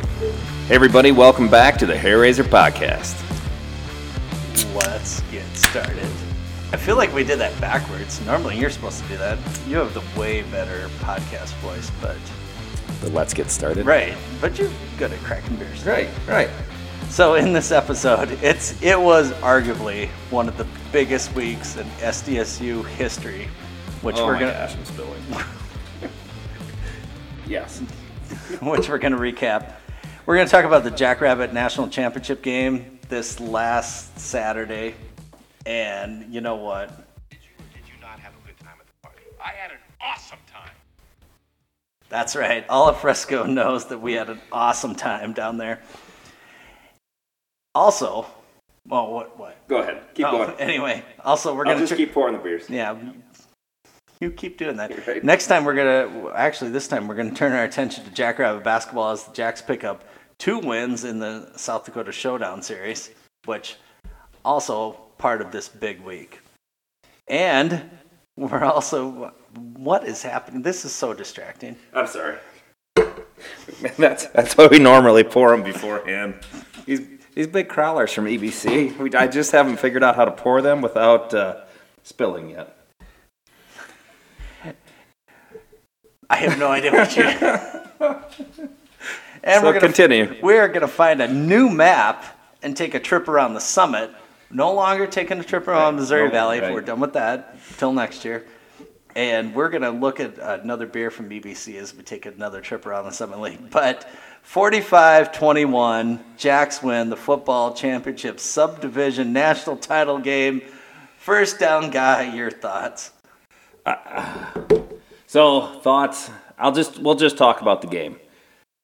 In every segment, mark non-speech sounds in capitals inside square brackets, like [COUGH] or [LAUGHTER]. Hey everybody, welcome back to the Hair Razor Podcast. Let's get started. I feel like we did that backwards. Normally, you're supposed to do that. You have the way better podcast voice, but The Let's Get Started. right. But you're good at cracking beers. right, right. So in this episode, it's it was arguably one of the biggest weeks in SDSU history, which oh we're my gonna gosh, I'm [LAUGHS] spilling. yes. [LAUGHS] which we're going to recap. We're going to talk about the Jackrabbit National Championship game this last Saturday. And you know what? Did you or did you not have a good time at the party? I had an awesome time. That's right. All of Fresco [LAUGHS] knows that we had an awesome time down there. Also, well, what? What? Go ahead. Keep Oh, [LAUGHS] anyway, also we're I'll going to just keep pouring the beers. Yeah. You keep doing that. Right. Next time we're gonna actually this time we're gonna turn our attention to Jackrabbit basketball as the Jacks pick up two wins in the South Dakota Showdown series, which also part of this big week. And we're also what is happening? This is so distracting. I'm [LAUGHS] sorry. that's that's what we normally pour them beforehand. These these big crawlers from EBC. We, I just haven't figured out how to pour them without uh, spilling yet. I have no idea what you. [LAUGHS] and So we're gonna continue. We are going to find a new map and take a trip around the summit. No longer taking a trip around Missouri No, Valley. right. If we're done with that till next year. And we're going to look at another beer from BBC as we take another trip around the Summit League. But 45 21, Jacks win the football championship subdivision national title game. First down guy, your thoughts? So thoughts? I'll just we'll just talk about the game.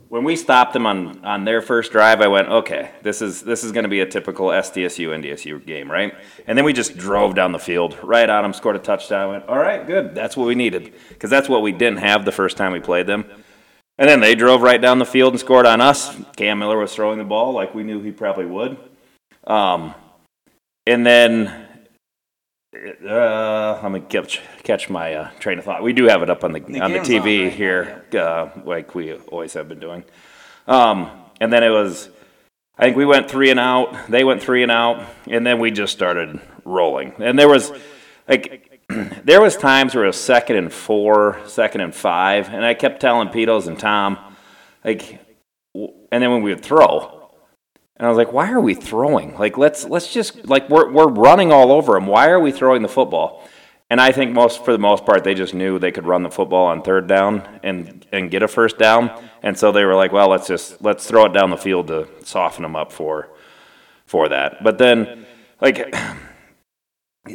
When we stopped them on on their first drive, I went, okay, this is this is going to be a typical SDSU NDSU game, right? And then we just drove down the field right on them, scored a touchdown. I went, all right, good. That's what we needed because that's what we didn't have the first time we played them. And then they drove right down the field and scored on us. Cam Miller was throwing the ball like we knew he probably would. Um, and then uh, let me catch catch my uh, train of thought. We do have it up on the, on the game's TV on right now, here, uh, like we always have been doing. Um, and then it was, I think we went three and out. They went three and out, and then we just started rolling. And there was like [CLEARS THROAT] there was times where it was second and four, second and five, and I kept telling Petos and Tom, like, w- and then when we would throw, and I was like, why are we throwing? Like, let's let's just like we're we're running all over them. Why are we throwing the football? And I think most for the most part, they just knew they could run the football on third down and and get a first down. And so they were like, well, let's just let's throw it down the field to soften them up for for that. But then, like. [CLEARS THROAT]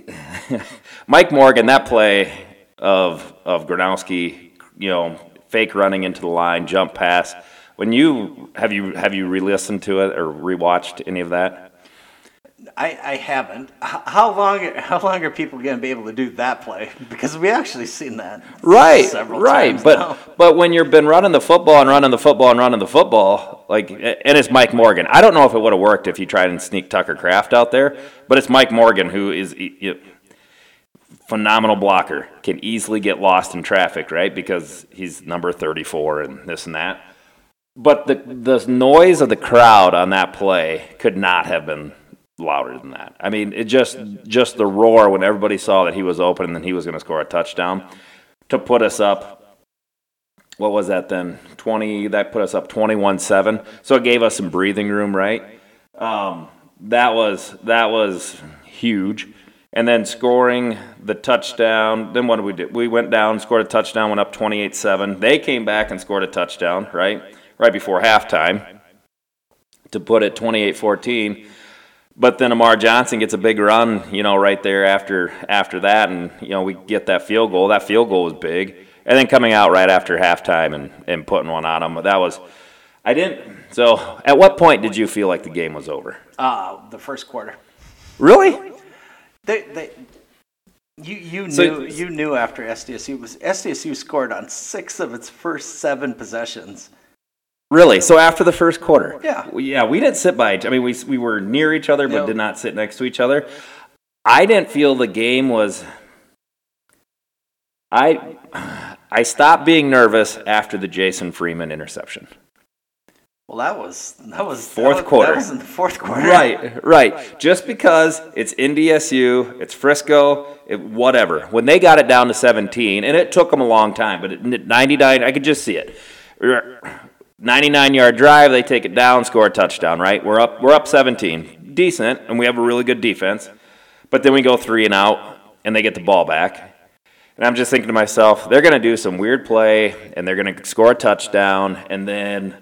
Mike Morgan, that play of of Gronowski, you know, fake running into the line, jump pass. When you have you have you re-listened to it or rewatched any of that? I, I haven't. H- How long? How long are people going to be able to do that play? [LAUGHS] Because we actually seen that several times But now. [LAUGHS] but when you've been running the football and running the football and running the football, like and it's Mike Morgan. I don't know if it would have worked if you tried and sneak Tucker Craft out there, but it's Mike Morgan who is you know, phenomenal blocker, can easily get lost in traffic, right? Because he's number 34 and this and that. But the the noise of the crowd on that play could not have been louder than that. I mean, it just just the roar when everybody saw that he was open and then he was going to score a touchdown to put us up. What was that then? Twenty. That put us up twenty-one-seven. So it gave us some breathing room, right? Um, that was that was huge. And then scoring the touchdown. Then what did we do? We went down, scored a touchdown, went up twenty-eight-seven. They came back and scored a touchdown, right? Right before halftime to put it 28-14. But then Amar Johnson gets a big run, you know, right there after after that, and you know we get that field goal. That field goal was big, and then coming out right after halftime and and putting one on them. That was, I didn't. So, at what point did you feel like the game was over? Uh, the first quarter. Really? They, they, you, you So- knew you knew after SDSU was SDSU scored on six of its first seven possessions. Really? So after the first quarter? Yeah. We- Yeah, we didn't sit by each. I mean, we we were near each other, but No. did not sit next to each other. I didn't feel the game was. I I stopped being nervous after the Jason Freeman interception. Well, that was that was that Fourth was- quarter. That was in the fourth [LAUGHS] quarter, Right, right. Just because it's NDSU, it's Frisco, it, whatever. When they got it down to 17, and it took them a long time, but it, 99, I could just see it. 99 yard drive, they take it down, score a touchdown. Right, we're up, we're up 17, decent, and we have a really good defense. But then we go three and out, and they get the ball back. And I'm just thinking to myself, they're going to do some weird play and they're going to score a touchdown. And then,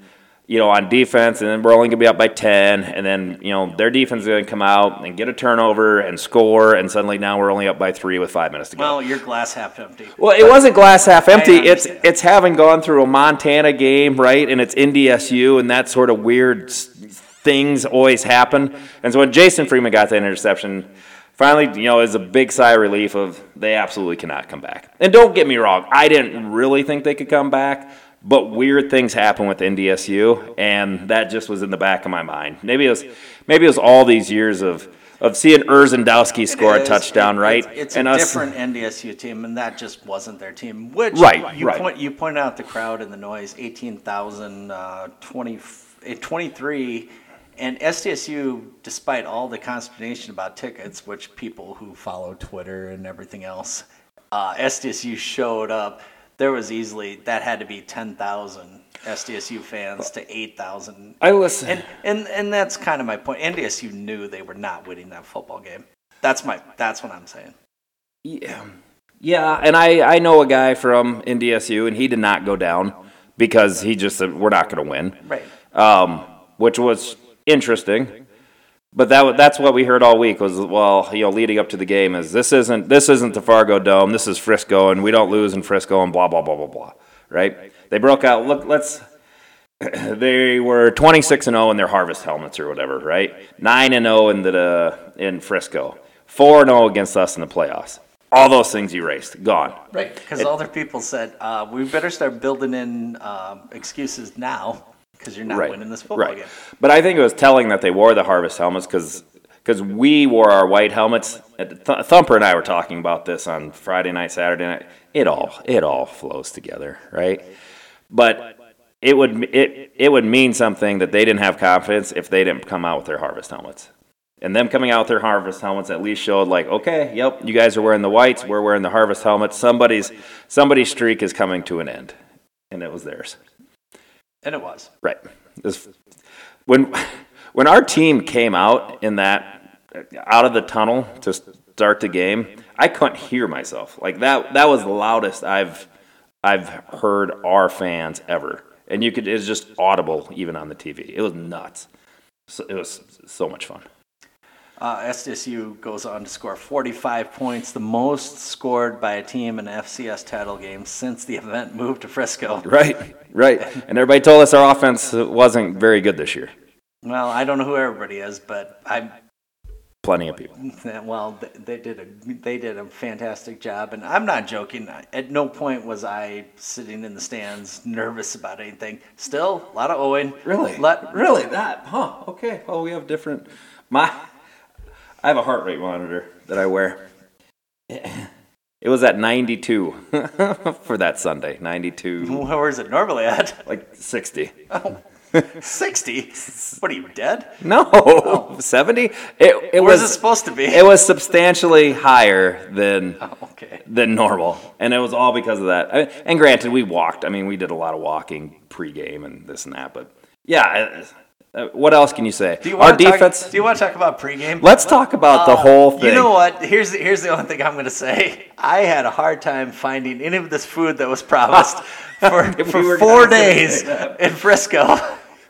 you know, on defense, and then we're only going to be up by 10. And then, you know, their defense is going to come out and get a turnover and score. And suddenly now we're only up by three with five minutes to go. Well, your glass half empty. Well, it wasn't glass half empty. I It's understand. it's having gone through a Montana game, right? And it's NDSU, and that sort of weird s- things always happen. And so when Jason Freeman got that interception, finally, you know, is a big sigh of relief of they absolutely cannot come back. And don't get me wrong, I didn't really think they could come back. But weird things happen with NDSU, and that just was in the back of my mind. Maybe it was, maybe it was all these years of, of seeing Erzendowski score It a is. touchdown, It- right? It's, it's and a us- different NDSU team, and that just wasn't their team. Which Right, you right. point you point out the crowd and the noise, 18,000, uh, 20, eh, 23, and SDSU. Despite all the consternation about tickets, which people who follow Twitter and everything else, uh, SDSU showed up. There was easily that had to be 10,000 SDSU fans to 8,000 I listen. and and and that's kind of my point. NDSU knew they were not winning that football game. That's my that's what I'm saying. Yeah, yeah, and I I know a guy from NDSU, and he did not go down because he just said we're not going to win, Right. um, which was interesting. But that wa- that's what we heard all week was well, you know, leading up to the game is this isn't this isn't the Fargo Dome, this is Frisco, and we don't lose in Frisco, and blah blah blah blah blah. Right? They broke out. Look, let's. [CLEARS THROAT] They were 26 and 0 in their harvest helmets or whatever, right? 9 and 0 in the in Frisco. 4 and 0 against us in the playoffs. All those things erased, gone. Right. Because all their people said, uh, we better start building in um, excuses now because you're not winning this football game. But I think it was telling that they wore the harvest helmets because we wore our white helmets. Th- Thumper and I were talking about this on Friday night, Saturday night. It all it all flows together, right? But it would it it would mean something that they didn't have confidence if they didn't come out with their harvest helmets. And them coming out with their harvest helmets at least showed like, okay, yep, you guys are wearing the whites, we're wearing the harvest helmets. Somebody's somebody's streak is coming to an end, and it was theirs. And it was. Right. This- when when our team came out in that out of the tunnel to start the game, I couldn't hear myself. Like that that was the loudest I've I've heard our fans ever. And you could it's just audible even on the TV. It was nuts. So, it was so much fun. Uh, SDSU goes on to score 45 points, the most scored by a team in a FCS title game since the event moved to Frisco. Right. Right. And everybody told us our offense wasn't very good this year. Well, I don't know who everybody is, but I'm Plenty of people. Yeah, Well, th- they did a they did a fantastic job, and I'm not joking. At no point was I sitting in the stands nervous about anything. Still, a lot of Owen. Lot- really? That? Huh? Okay. Well, we have different. My, I have a heart rate monitor that I wear. It was at 92 [LAUGHS] for that Sunday. 92, Where is it normally at? like 60. Sixty. What are you dead? No, 70. It, it Where's was. it supposed to be? It was substantially higher than okay. than normal, and it was all because of that. I, and granted, we walked. I mean, we did a lot of walking pregame and this and that. But yeah, I- uh, what else can you say? Do you Our want to defense. Talk, do you want to talk about pregame? Let's talk about the whole thing. Uh, You know what? Here's the, here's the only thing I'm going to say. I had a hard time finding any of this food that [LAUGHS] was promised for, If for we were four gonna say days [LAUGHS] in Frisco.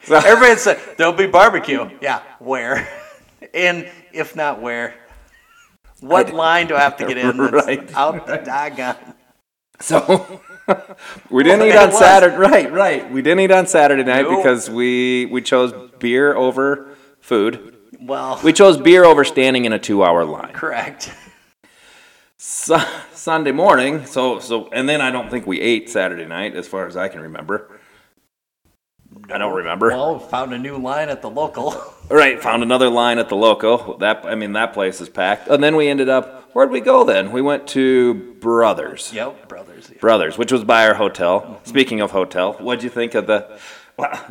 Everybody had said there'll be barbecue. Yeah, where? [LAUGHS] And if not where, what line do [LAUGHS] I have to get in? That's Right. Out the doggone. So [LAUGHS] we didn't Well, eat it on was. Saturday. Right, right. We didn't eat on Saturday night No. because we we chose beer over food. Well, We chose beer over standing in a two-hour line. correct. Su- Sunday morning. So so, and then I don't think we ate Saturday night, as far as I can remember. I don't remember. Well, found a new line at the local. [LAUGHS] All right, found another line at the local. That I mean, that place is packed. And then we ended up. Where'd we go then? We went to Brothers. Yep, brothers. [LAUGHS] Brothers, which was by our hotel. Speaking of hotel, what'd you think of the?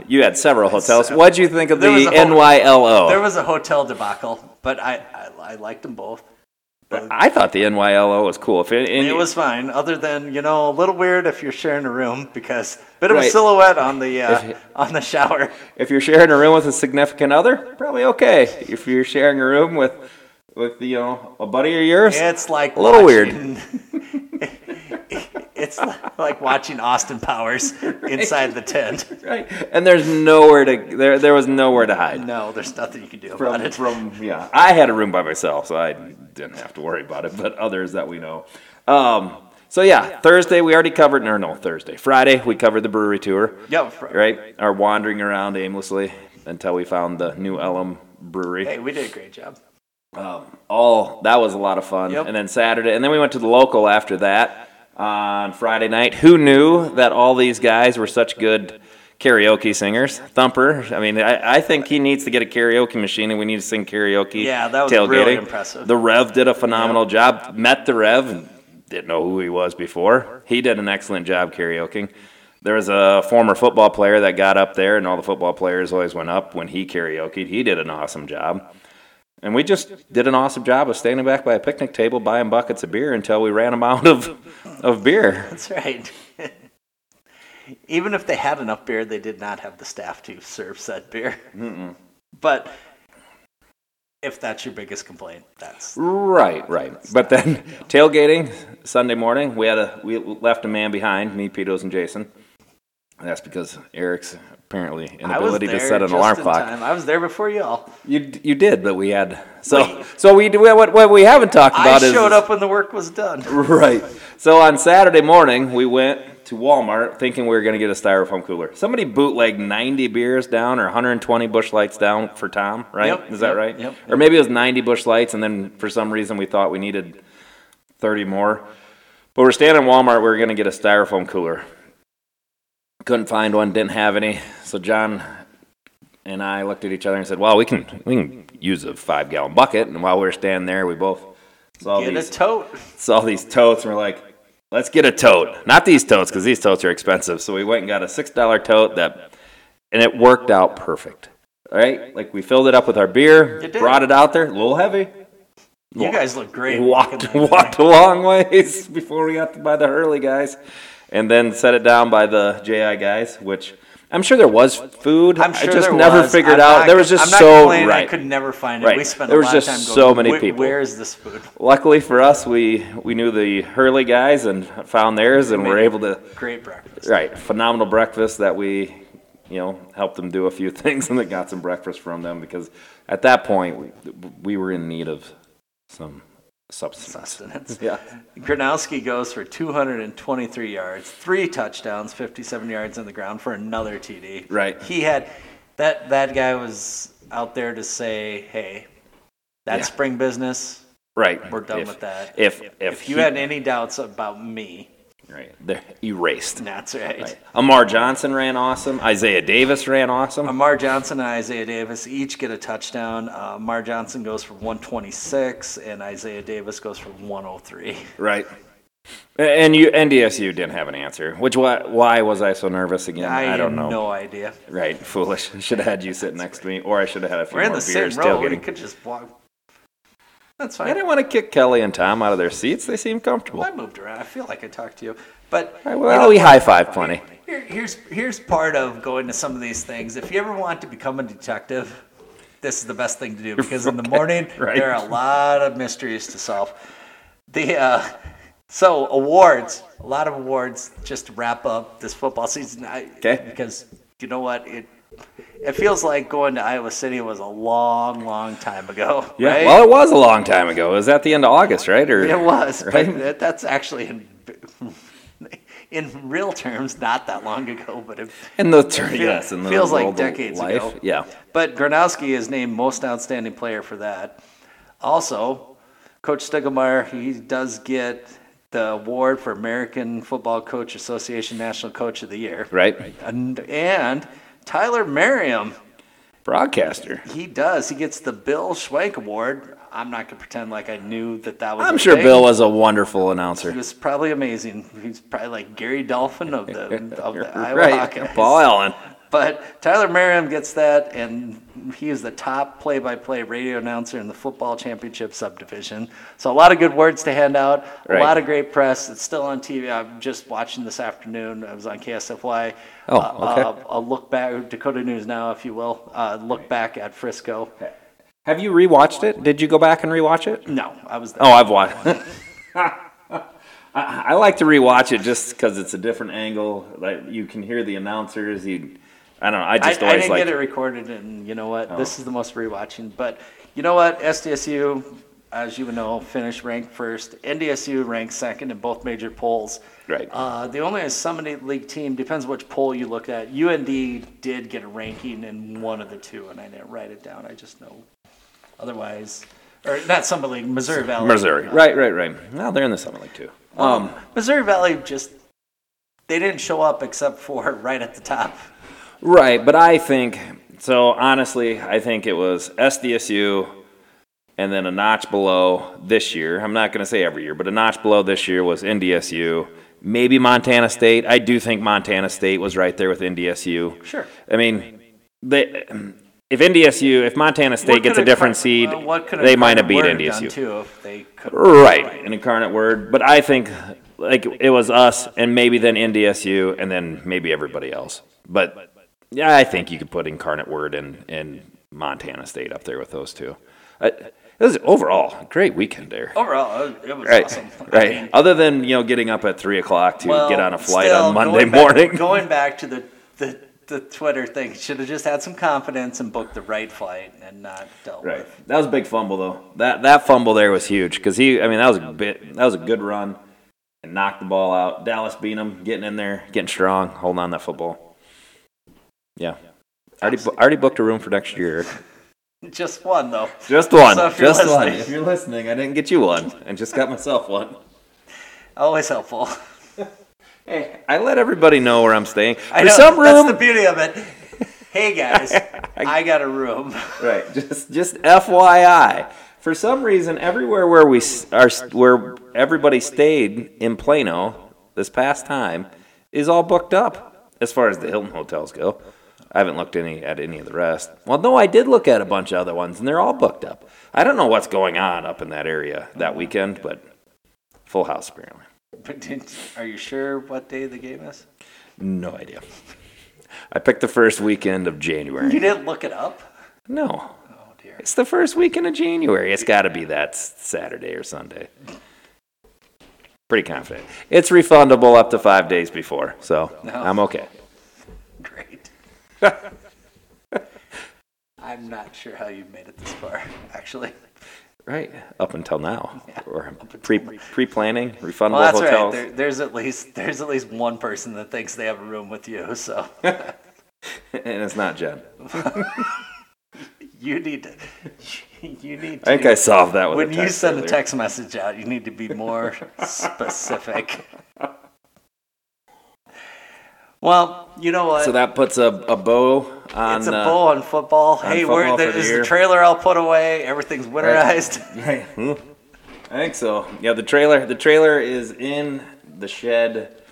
You had several hotels. So- What'd you think of the There was a whole- NYLO? There was a hotel debacle, but I, I, I liked them both. I thought the NYLO was cool. If it, and- It was fine, other than you know a little weird if you're sharing a room because bit of a Right. silhouette on the uh, If- [LAUGHS] on the shower. if you're sharing a room with a significant other, probably okay. If you're sharing a room with with you know a buddy of yours, It's like A little watching- [LAUGHS] it's like watching [LAUGHS] Austin Powers inside the tent. right? And there's nowhere to there. There was nowhere to hide. No, there's nothing you can do about from, it. from yeah. I had a room by myself, so I didn't have to worry about it. But others that we know. Um, so yeah, Thursday we already covered. No, no, Thursday, Friday we covered the brewery tour. Yeah, fr- Right, our wandering around aimlessly until we found the new Elm Brewery. Hey, we did a great job. Um, all that was a lot of fun. Yep. And then Saturday, and then we went to the local after that on Friday night. Who knew that all these guys were such good karaoke singers? Thumper. I mean, I, I think he needs to get a karaoke machine, and we need to sing karaoke. Yeah, that was tailgating. really impressive. The Rev did a phenomenal job. Met the Rev. And didn't know who he was before. He did an excellent job karaokeing. There was a former football player that got up there, and all the football players always went up when he karaokeed. He did an awesome job. And we just did an awesome job of standing back by a picnic table buying buckets of beer until we ran them out of, of beer. That's right. [LAUGHS] Even if they had enough beer, they did not have the staff to serve said beer. But if that's your biggest complaint, that's Right, right. But then [LAUGHS] tailgating Sunday morning, we had a we left a man behind, me, Petos, and Jason. That's because Eric's apparently I was inability to there set an just alarm in clock. time. I was there before you all. You you did, but we had so so we do what what we haven't talked I about is showed up when the work was [LAUGHS] done. Right. So on Saturday morning, we went to Walmart thinking we were going to get a styrofoam cooler. Somebody bootlegged 90 beers down or 120 bush lights down for Tom, right? Yep, Is that yep, right? yep. Or maybe it was 90 bush lights, and then for some reason we thought we needed 30 more. But we're standing in Walmart, we were going to get a styrofoam cooler. Couldn't find one, didn't have any. So John and I looked at each other and said, "Well, we can we can use a five gallon bucket." And while we were standing there, we both saw Get a these tote. saw these totes and we're like, let's get a tote. Not these totes because these totes are expensive. So we went and got a six dollar tote that, and it worked out perfect. All right, like we filled it up with our beer, It did. brought it out there, a little heavy. You guys look great. Walked walking that walked a long ways [LAUGHS] before we got to by the Hurley guys, and then set it down by the JI guys, which. I'm sure there was food. I'm sure I just there never was. figured I'm out. not- there was just I'm not so complaining, right. I could never find it. Right. We spent There a was lot just of time going. so many "Where- people." Where is this food? [LAUGHS] Luckily for us, we we knew the Hurley guys and found theirs, and were able to Great breakfast. Right, phenomenal breakfast that we, you know, helped them do a few [LAUGHS] things and then got some breakfast from them because at that point we, we were in need of some [LAUGHS] substance. Sustenance. Yeah, Gronowski goes for 223 yards, three touchdowns, 57 yards on the ground for another TD. Right. He had that that guy was out there to say, "Hey, that's Yeah. spring business. right. We're done If- with that." If if, If you he- had any doubts about me, right, they're erased. that's right. Right. Amar Johnson ran awesome. Isaiah Davis ran awesome. Amar Johnson and Isaiah Davis each get a touchdown. Uh, Amar Johnson goes for 126, and Isaiah Davis goes for 103. Right. And you NDSU didn't have an answer, which why why was I so nervous again? I, I, don't have know. no idea. Right, foolish. [LAUGHS] Should have had you sit next to me, or I should have had a few We're in more the same beers row. We tailgating. could just walk. That's I fine. didn't want to kick Kelly and Tom out of their seats. They seem comfortable. I moved around. I feel like I talked to you, but All right, well, we high five plenty. here, here's here's part of going to some of these things. If you ever want to become a detective, this is the best thing to do because in the morning [LAUGHS] right. there are a lot of mysteries to solve. The uh, so awards, a lot of awards just to wrap up this football season. I, 'Kay. Because you know what it. It feels like going to Iowa City was a long, long time ago. right? Well, it was a long time ago. It was at the end of August, [LAUGHS] right? Or It was, Right? but that, that's actually in [LAUGHS] in real terms not that long ago. But it in the tur- feel- yes, in the feels like world of decades life. ago. Yeah, But Gronowski is named most outstanding player for that. Also, Coach Stiglmeyer he does get the award for American Football Coach Association National Coach of the Year, right. and, and Tyler Merriam Broadcaster. he does he gets the Bill Schwank Award. I'm not gonna pretend like I knew that that was. I'm a sure thing. Bill was a wonderful He announcer. was probably amazing. He's probably like Gary Dolphin [LAUGHS] of the of the [LAUGHS] Iowa right, Hawkeyes. Paul Allen. But Tyler Merriam gets that, and he is the top play by play radio announcer in the football championship subdivision. So, a lot of good words to hand out, Right. a lot of great press. It's still on TV. I'm just watching this afternoon. I was on KSFY. Oh, Uh, okay. uh, a look back, or Dakota News Now, if you will, uh, look back at Frisco. Have you rewatched it? Did you go back and rewatch it? No, I was there. Oh, I've watched. I, [LAUGHS] I like to rewatch it just because it's a different angle. Like you can hear the announcers. You, I don't know. I I, just I always didn't like. Oh. get it recorded, and you know what? This is the most rewatching. But you know what? SDSU, as you know, finished ranked first. NDSU ranked second in both major polls. Right. Uh, the only Summit League team depends which poll you look at. UND did get a ranking in one of the two, and I didn't write it down. I just know. Otherwise, or not Summit League, Missouri Valley. Missouri. Right, right, right. Now they're in the Summit League too. Um, Missouri Valley just they didn't show up except for [LAUGHS] right at the top. Right, but I think so. Honestly, I think it was SDSU, and then a notch below this year. I'm not going to say every year, but a notch below this year was NDSU. Maybe Montana State. I do think Montana State was right there with NDSU. Sure. I mean, they, if NDSU, if Montana State What gets could a different Car- seed, well, what could they might have beat Carnivore done, NDSU. too if they could. Right, an incarnate word. But I think like it was us and maybe then NDSU and then maybe everybody else. But yeah, I think you could put incarnate word and, and Montana State up there with those two. Uh, it was overall a great weekend there. Overall, Oh, uh, it- it was right, awesome. I right. mean, Other than you know getting up at three o'clock to well, get on a flight still, on Monday going back- morning. going back to the, the the Twitter thing, should have just had some confidence and booked the right flight and not dealt Right. with. That was a big fumble though. That that fumble there was huge because he. I mean, that was a bit. That was a good run, and knocked the ball out. Dallas Beanham getting in there, getting strong, holding on that football. Yeah. Already, bu- already booked a room for next year. Just one though. Just one. So if you're just one. listening- If you're listening, I didn't get you one. I just got myself one. Always helpful. [LAUGHS] Hey, I let everybody know where I'm staying. For I know, some room, That's the beauty of it. [LAUGHS] Hey guys, I got a room. [LAUGHS] Right. [LAUGHS] Just just FYI. For some reason, everywhere where we s- are, s- where everybody stayed in Plano this past time, is all booked up as far as the Hilton hotels go. I haven't looked any at any of the rest. Well, no, I did look at a bunch of other ones, and they're all booked up. I don't know what's going on up in that area that weekend, but full house apparently. But did- Are you sure what day the game is? No idea. [LAUGHS] I picked the first weekend of January. You didn't look it up. No, Oh dear. It's the first weekend of January. It's got to be that s- Saturday or Sunday. Pretty confident. It's refundable up to five days before, so Oh. I'm okay. Great. [LAUGHS] I'm not sure how you've made it this far, actually. Right up until now, or pre pre planning refundable Well, that's right. hotels. There, there's at least there's at least one person that thinks they have a room with [LAUGHS] you, so [LAUGHS] and it's not Jen. you need to [LAUGHS] you need to I think I solved that with when a you text send earlier. a text message out, you need to be [LAUGHS] more specific. Well, you know what? So that puts a, a bow on. it's a uh, bow on football. hey, football we're, for there the is year. the trailer all put away. Everything's [LAUGHS] winterized. Right. I think so. Yeah, the trailer the trailer is in the shed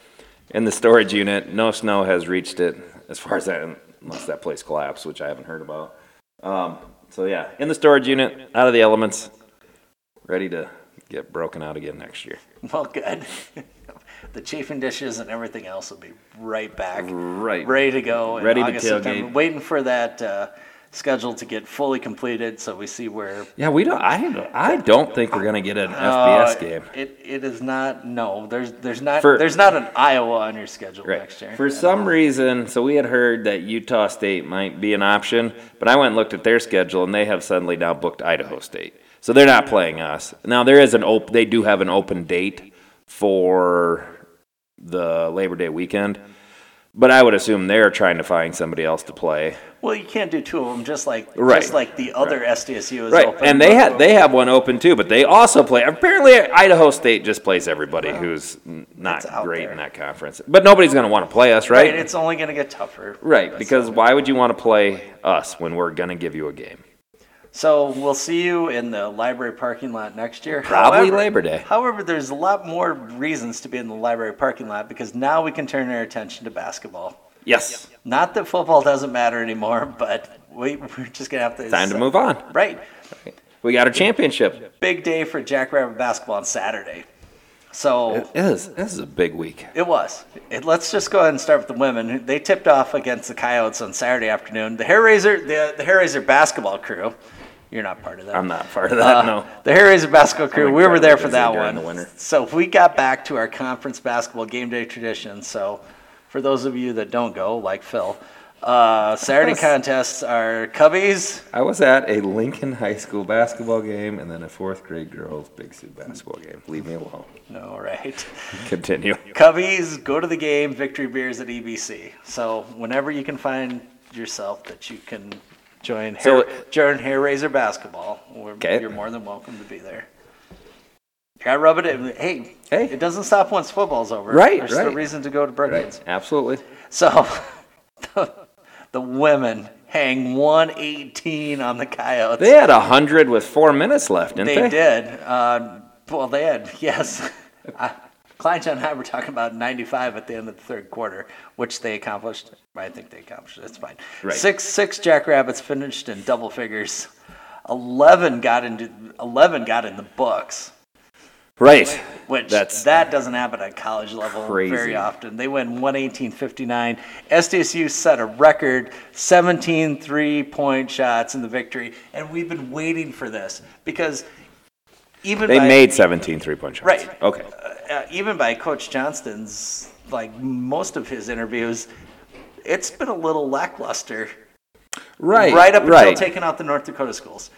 in the storage unit. No snow has reached it as far as that unless that place collapsed, which I haven't heard about. Um, so yeah, in the storage unit, out of the elements, ready to get broken out again next year. [LAUGHS] Well, good. the chafing dishes and everything else will be right back, Right. ready to go. in Ready to August, tailgate. September. Waiting for that uh, schedule to get fully completed, so we see where. Yeah, we don't I I don't think we're going to get an Uh, FBS game. It it is not. No, there's there's not For- there's not an Iowa on your schedule Right. next year. uh, For some reason, so we had heard that Utah State might be an option, but I went and looked at their schedule, and they have suddenly now booked Idaho State. So they're not playing us. Now there is an op- they do have an open date for the Labor Day weekend, but I would assume they're trying to find somebody else to play. well, you can't do two of them. Just like Right. just like the other SDSU is Right, open. and they had they have one open too, but they also play. Apparently, Idaho State just plays everybody who's n- not it's out great there. in that conference. But nobody's going to want to play us, right. It's only going to get tougher. Right, because why would you want to play us when we're going to give you a game? So we'll see you in the library parking lot next year. Probably Labor Day. However, there's a lot more reasons to be in the library parking lot because now we can turn our attention to basketball. Yes. Not that football doesn't matter anymore, but we, we're just going to have to. Time to move on. Right. We got a championship. Big day for Jackrabbit basketball on Saturday. So It is. This is a big week. It was. It, let's just go ahead and start with the women. They tipped off against the Coyotes on Saturday afternoon. The Hair Raiser, the, the Hair Raiser basketball crew. You're not part of that. I'm not part of that. [LAUGHS] Uh, no. The Hair Raiser basketball crew. I'm We were there for incredibly busy that during one. the winter. So we got back to our conference basketball game day tradition. So for those of you that don't go, like Phil, uh, Saturday contests are Cubbies. I was at a Lincoln High School basketball game and then a fourth grade girls' Big Sioux basketball game. Leave me alone. No, right. Continue. Cubbies, go to the game, victory beers at EBC. So whenever you can find yourself that you can join hair, So- join hair raiser basketball, we're, Okay. you're more than welcome to be there. Gotta rub it in. Hey, Hey. it doesn't stop once football's over. Right, There's right. still reason to go to Brookings. Absolutely. So [LAUGHS] the, the women hang 118 on the Coyotes. They had a hundred with four minutes left, didn't They they? did. Uh, well, they had, [LAUGHS] yes. I, Klein John and I were talking about 95 at the end of the third quarter, which they accomplished. I think they accomplished. That's fine. Right. Six six Jackrabbits finished in double figures. Eleven got into eleven got in the books, Right. which That's- that doesn't happen at college level very Crazy. often. They win 118-59. SDSU set a record 17 three-point shots in the victory, and we've been waiting for this because even They by- made 17 three-point shots. Right. Okay. uh, even by Coach Johnston's, like most of his interviews, it's been a little lackluster. Right. Right up right. until taking out the North Dakota schools.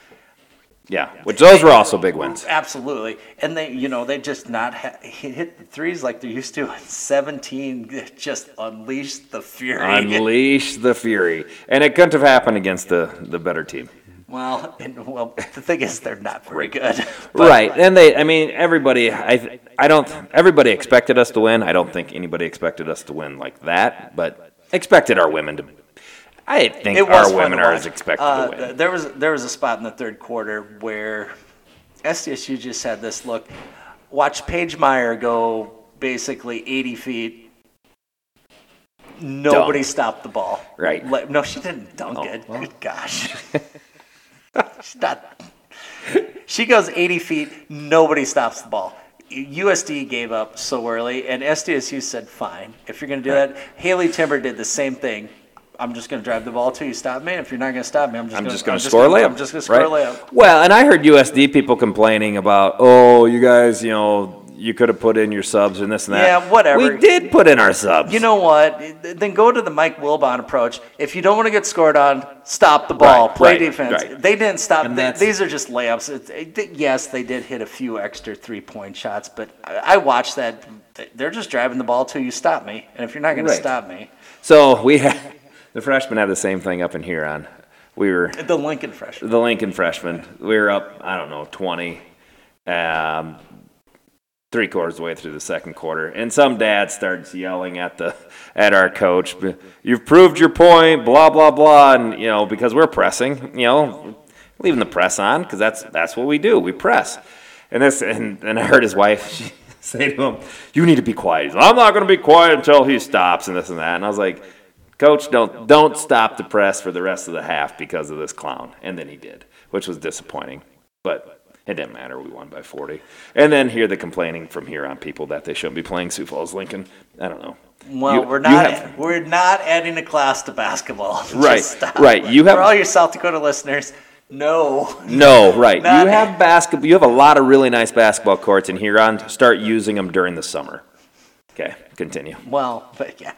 Yeah. Which those were also big wins. Absolutely. And they, you know, they just not ha- hit the threes like they're used to. And 17 just unleashed the fury. Unleash the fury, and it couldn't have happened against the the better team. well, and, well, the thing is, they're not very good. right, and they. I mean, everybody. I. I don't. Everybody expected us to win. I don't think anybody expected us to win like that, but expected our women to. I think It was our fun women to are watch. as expected Uh, to th- win. There was there was a spot in the third quarter where SDSU just had this look. Watch Paige Meyer go basically 80 feet. Nobody Dunk. stopped the ball. Right. Oh, Like, no, she didn't dunk it. Good [LAUGHS] gosh. She's not. She goes 80 feet. Nobody stops the ball. USD gave up so early, and SDSU said, "Fine, if you're going to do that." Haley Timber did the same thing. I'm just going to drive the ball to you. Stop me. If you're not going to stop me, I'm just I'm gonna- just going to score a gonna- layup. I'm just going to score right? a layup. Well, and I heard USD people complaining about, oh, you guys, you know, you could have put in your subs and this and that. Yeah, whatever. We did put in our subs. You know what? Then go to the Mike Wilbon approach. If you don't want to get scored on, stop the ball, Right, play right, defense. right. They didn't stop. And They- that's- these are just layups. It's- it- yes, they did hit a few extra three-point shots, but I, I watched that. They're just driving the ball till you stop me, and if you're not going Right. to stop me, So we had the freshmen had the same thing up in Huron. We were the Lincoln freshman. the Lincoln freshmen. We were up, I don't know, twenty, um, three quarters of the way through the second quarter, and some dad starts yelling at the at our coach, "You've proved your point, blah blah blah," and you know because we're pressing, you know, leaving the press on because that's that's what we do, we press. And this, and, and I heard his wife she [LAUGHS] say to him, "You need to be quiet." He's, I'm not going to be quiet until he stops, and this and that. And I was like, "Coach, don't don't stop the press for the rest of the half because of this clown." And then he did, which was disappointing, but it didn't matter. We won by 40. And then hear the complaining from here on people that they shouldn't be playing Sioux Falls Lincoln. I don't know. Well, You- we're you not have- we're not adding a class to basketball. [LAUGHS] Just Right, stop. right. You have- for all your South Dakota listeners. No, No, right. Not- you have basketball. You have a lot of really nice basketball courts in Huron. Start using them during the summer. Okay, continue. Well, [LAUGHS] but yeah.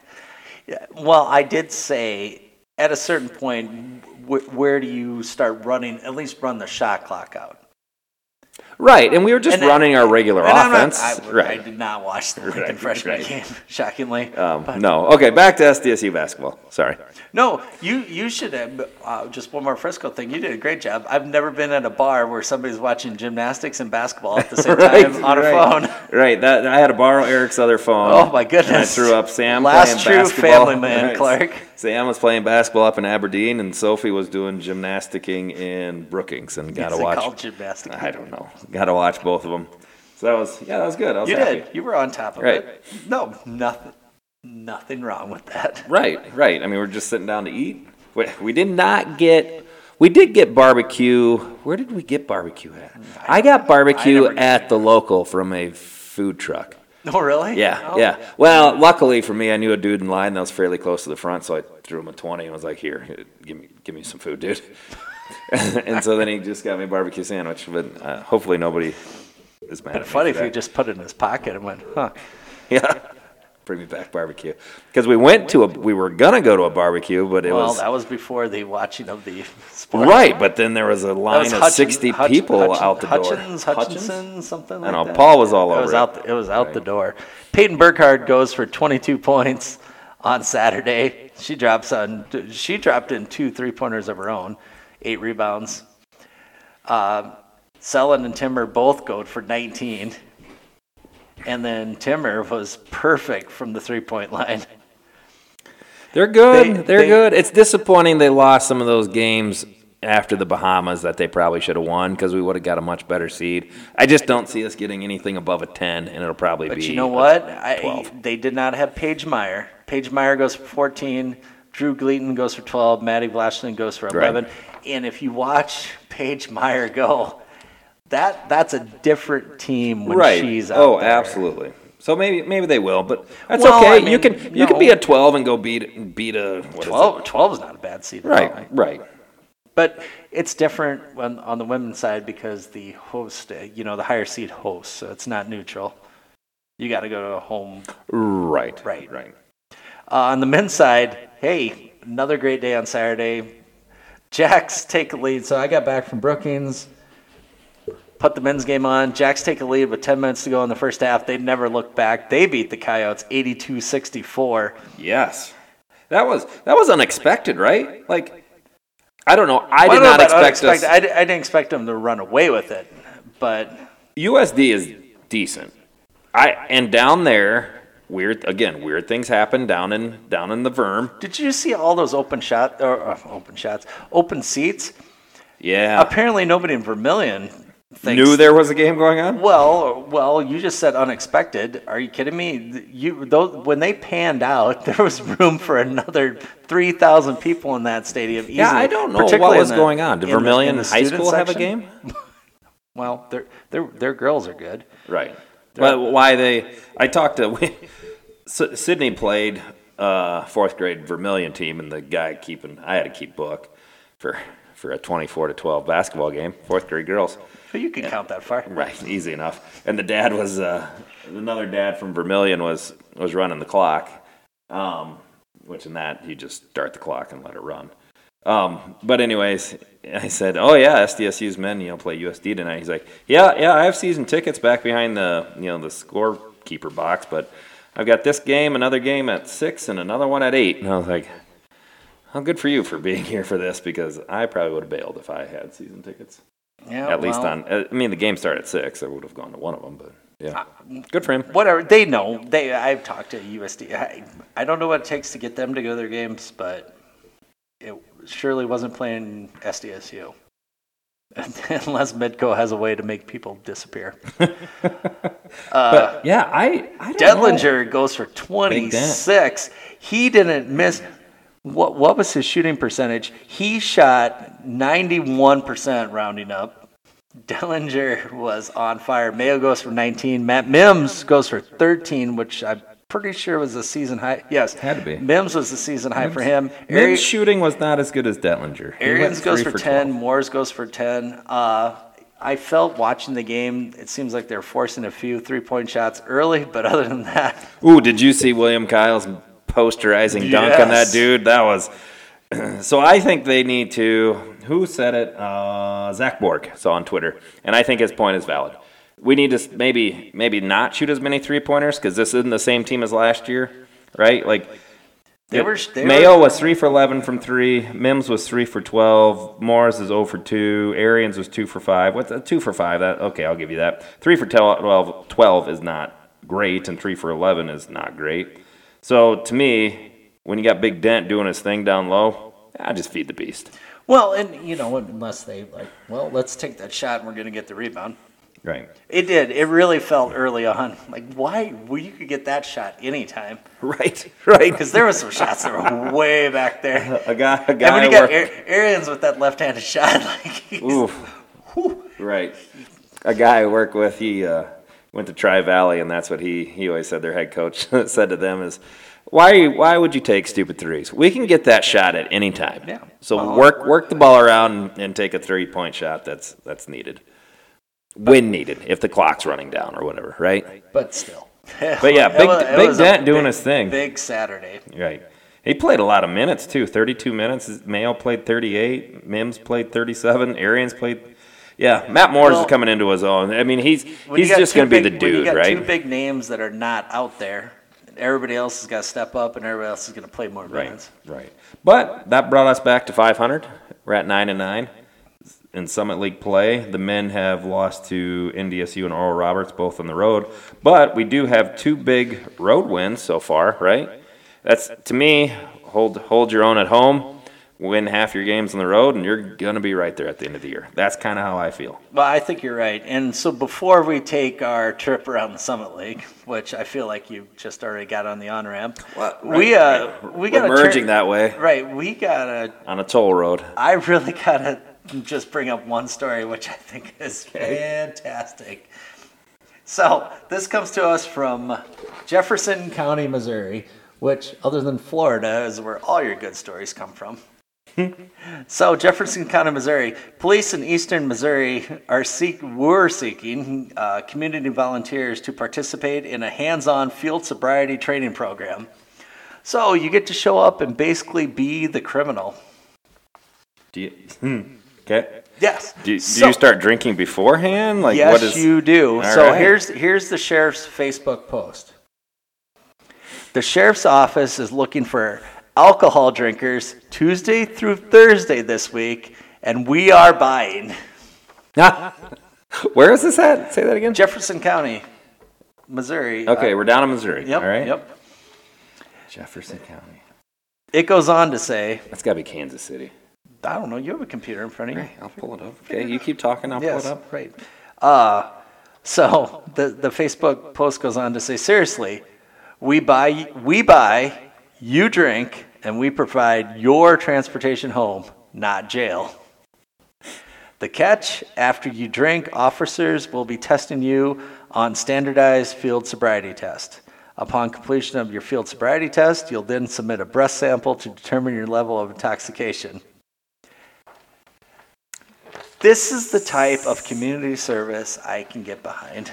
yeah. Well, I did say at a certain point, wh- where do you start running? At least run the shot clock out. Right, and we were just And- running our regular And I'm not- offense. [LAUGHS] I, I right. did not watch the Lincoln Right, freshman right. game, [LAUGHS] shockingly. um, no. Okay, back to SDSU basketball. Sorry. No, you you should have uh, just one more Frisco thing. You did a great job. I've never been at a bar where somebody's watching gymnastics and basketball at [LAUGHS] the same Right, time on right. a phone. Right. That I had to borrow Eric's other phone. Oh, my And I goodness. threw up Sam playing Last true basketball. family man, Clark. Sam was playing basketball up in Aberdeen, and Sophie was doing gymnasticking in Brookings, and [LAUGHS] got to Is it watch. called gymnastics? I don't know. Got to watch both of them. So that was yeah, that was good. I was You happy. did. You were on top of Right. it. No, nothing. Nothing wrong with that. [LAUGHS] Right, right. I mean, we're just sitting down to eat. We, we did not get. We did get barbecue. Where did we get barbecue at? I got barbecue I never- at the local from a food truck. Oh, really? Yeah, Oh. yeah. Well, luckily for me, I knew a dude in line that was fairly close to the front, so I threw him a twenty and was like, "Here, give me, give me some food, dude." [LAUGHS] and so then he just got me a barbecue sandwich. But uh, hopefully nobody is mad. at me Funny for if you that. just put it in his pocket and went, huh? [LAUGHS] yeah. Bring me back barbecue because we went to a we were gonna go to a barbecue, but it well, was that was before the watching of the sport. Right, but then there was a That line was of Hutchin- 60 Hutch- people Hutchin- out the Hutchins, door. Hutchinson, something like know, that. Paul was all it over Was it. out the, it was out the door. Peyton Burkhardt goes for 22 points on Saturday. She drops on. She dropped in two three pointers of her own, eight rebounds. Uh, Selen and Timmer both go for 19, and then Timmer was perfect from the three point line. They're good. They- They're they- good. It's disappointing they lost some of those games after the Bahamas that they probably should have won because we would have got a much better seed. I just don't see us getting anything above a 10, and it'll probably But be. you know a what? I, 12. they did not have Paige Meyer. Paige Meyer goes for 14. Drew Gleaton goes for 12. Maddie Blashton goes for 11. And if you watch Paige Meyer go, that that's a different team when right. she's out oh, there. absolutely. So maybe maybe they will, but that's Well, okay. I you mean, can you no. can be a 12 and go beat beat a what is it? 12, 12 is not a bad seed. at all. Right, right. But it's different when, on the women's side because the host, uh, you know, the higher seed hosts, so it's not neutral. You got to go to a home Right. Right. Right. Uh, on the men's side, hey, another great day on Saturday. Jacks take a lead. So I got back from Brookings, put the men's game on. Jacks take a lead with 10 minutes to go in the first half. They never looked back. They beat the Coyotes 82 64. Yes, that was that was unexpected, right? Like, I don't know. I Well, did I not don't know about expect us. unexpected. I, di- I didn't expect them to run away with it, but USD is decent. I and down there, weird again. Weird things happen down in down in the Verm. did you see all those open shot or uh, open shots, open seats? Yeah, Apparently, nobody in Vermillion thinks knew there was a game going on. Well, well, you just said unexpected. Are you kidding me? You those, when they panned out, [LAUGHS] there was room for another three thousand people in that stadium. Easily, Yeah, I don't know what particularly was in the- going on. Did in the- in Vermillion the High student School have a section. game? Well, their their their girls are good. Right. But why they? I talked to [LAUGHS] S- Sydney played uh, fourth grade Vermillion team, and the guy keeping I had to keep book for for a twenty four to twelve basketball game, fourth grade girls. But you can count that far. [LAUGHS] Right, easy enough. And the dad was uh, another dad from Vermillion was was running the clock, um, which in that you just start the clock and let it run. Um, but anyways, I said, "Oh yeah, SDSU's men, you know, play USD tonight." He's like, "Yeah, yeah, I have season tickets back behind the you know the scorekeeper box, but I've got this game, another game at six, and another one at eight. And I was like, "Well, good for you for being [LAUGHS] here for this because I probably would have bailed if I had season tickets." Yeah, at least Oh, well, on. uh, I mean, the game started at six. I would have gone to one of them, but yeah, Ah. good for him. whatever they know. They I've talked to USD. I, I don't know what it takes to get them to go to their games, but it surely wasn't playing SDSU. [LAUGHS] Unless Midco has a way to make people disappear. But yeah, I, I don't Detlinger goes for Big dent. 26. He didn't miss. What what was his shooting percentage? He shot 91% rounding up. Dellinger was on fire. Mayo goes for 19. Matt Mims goes for 13, which I'm pretty sure was a season high. Yes, Had to be. Mims was the season high for him. Mid Ari- shooting was not as good as Detlinger. He went Arians goes three for, 12. 10, Moores goes for 10. Uh, I felt watching the game, it seems like they're forcing a few three point shots early, but other than that, Know. Ooh, did you see William Kyle's posterizing dunk on that Yes. dude? That was. so I think they need to. Who said it? Uh, Zach Borg saw on Twitter, and I think his point is valid. We need to s- maybe maybe not shoot as many three pointers because this isn't the same team as last year, right? Like they Yep. were. They Mayo were, was three for eleven from three. Mims was three for twelve. Morris is zero for two. Arians was two for five. What's that? two for five? That okay? I'll give you that. Three for 12, 12 is not great, and three for eleven is not great. So to me, when you got Big Dent doing his thing down low, I just feed the beast. well, and, you know, unless they, like, well, let's take that shot and we're going to get the rebound. Right. It did. It really felt early on. Like, why? Well, you could get that shot anytime. [LAUGHS] Right. Right. Because there were some shots that were way [LAUGHS] back there. A guy. A And when guy. you got Work, Ar- Arians with that left handed shot, [LAUGHS] like, he's, oof. whew. Right. A guy I work with, he uh, went to Tri Valley, and that's what he, he always said. Their head coach [LAUGHS] said to them is, "Why why would you take stupid threes? We can get that shot at any time. Yeah. So work work the ball around and, and take a three point shot that's that's needed, when needed, if the clock's running down or whatever. Right. but still. But yeah, It Big- was- it Big was a Dent doing big- his thing. Big Saturday. Right. He played a lot of minutes too. Thirty-two minutes. Mayo played thirty-eight. Mims played thirty-seven. Arians played. Yeah, Matt Moore's Well- is coming into his own. I mean, he's When he's you got just two going to be the big- when you dude, got right? Two big names that are not out there. Everybody else has got to step up, and everybody else is going to play more minutes. Right, right. But that brought us back to 500. We're at nine and nine in Summit League play. The men have lost to NDSU and Oral Roberts both on the road, but we do have two big road wins so far, right? That's to me hold hold your own at home, win half your games on the road, and you're gonna be right there at the end of the year. That's kind of how I feel. Well, I think you're right. And so before we take our trip around the Summit League, which I feel like you just already got on the on ramp, we uh we got We're merging that way Right, we gotta. on a toll road. I really gotta just bring up one story, which I think is fantastic. So this comes to us from Jefferson County, Missouri, which, other than Florida, is where all your good stories come from. So Jefferson County, Missouri, police in eastern Missouri are seek were seeking uh, community volunteers to participate in a hands-on field sobriety training program. So you get to show up and basically be the criminal. Do you, hmm, okay. Yes. Do, do So- you start drinking beforehand? Like Yes, what is? you do. All so right. here's here's the sheriff's Facebook post. The sheriff's office is looking for alcohol drinkers Tuesday through Thursday this week, and we are buying [LAUGHS] Where is this at? Say that again. Jefferson County, Missouri. Okay, we're down in Missouri. Yep. all right. Yep. Jefferson County. It goes on to say, That's got to be Kansas City. I don't know. You have a computer in front of you. I'll pull it up. [LAUGHS] Okay, you keep talking. I'll yes, pull it up. Right. Uh, so the, the Facebook post goes on to say, seriously, we buy, we buy, you drink, and we provide your transportation home, not jail. The catch after you drink, officers will be testing you on standardized field sobriety test. Upon completion of your field sobriety test, you'll then submit a breath sample to determine your level of intoxication. This is the type of community service I can get behind.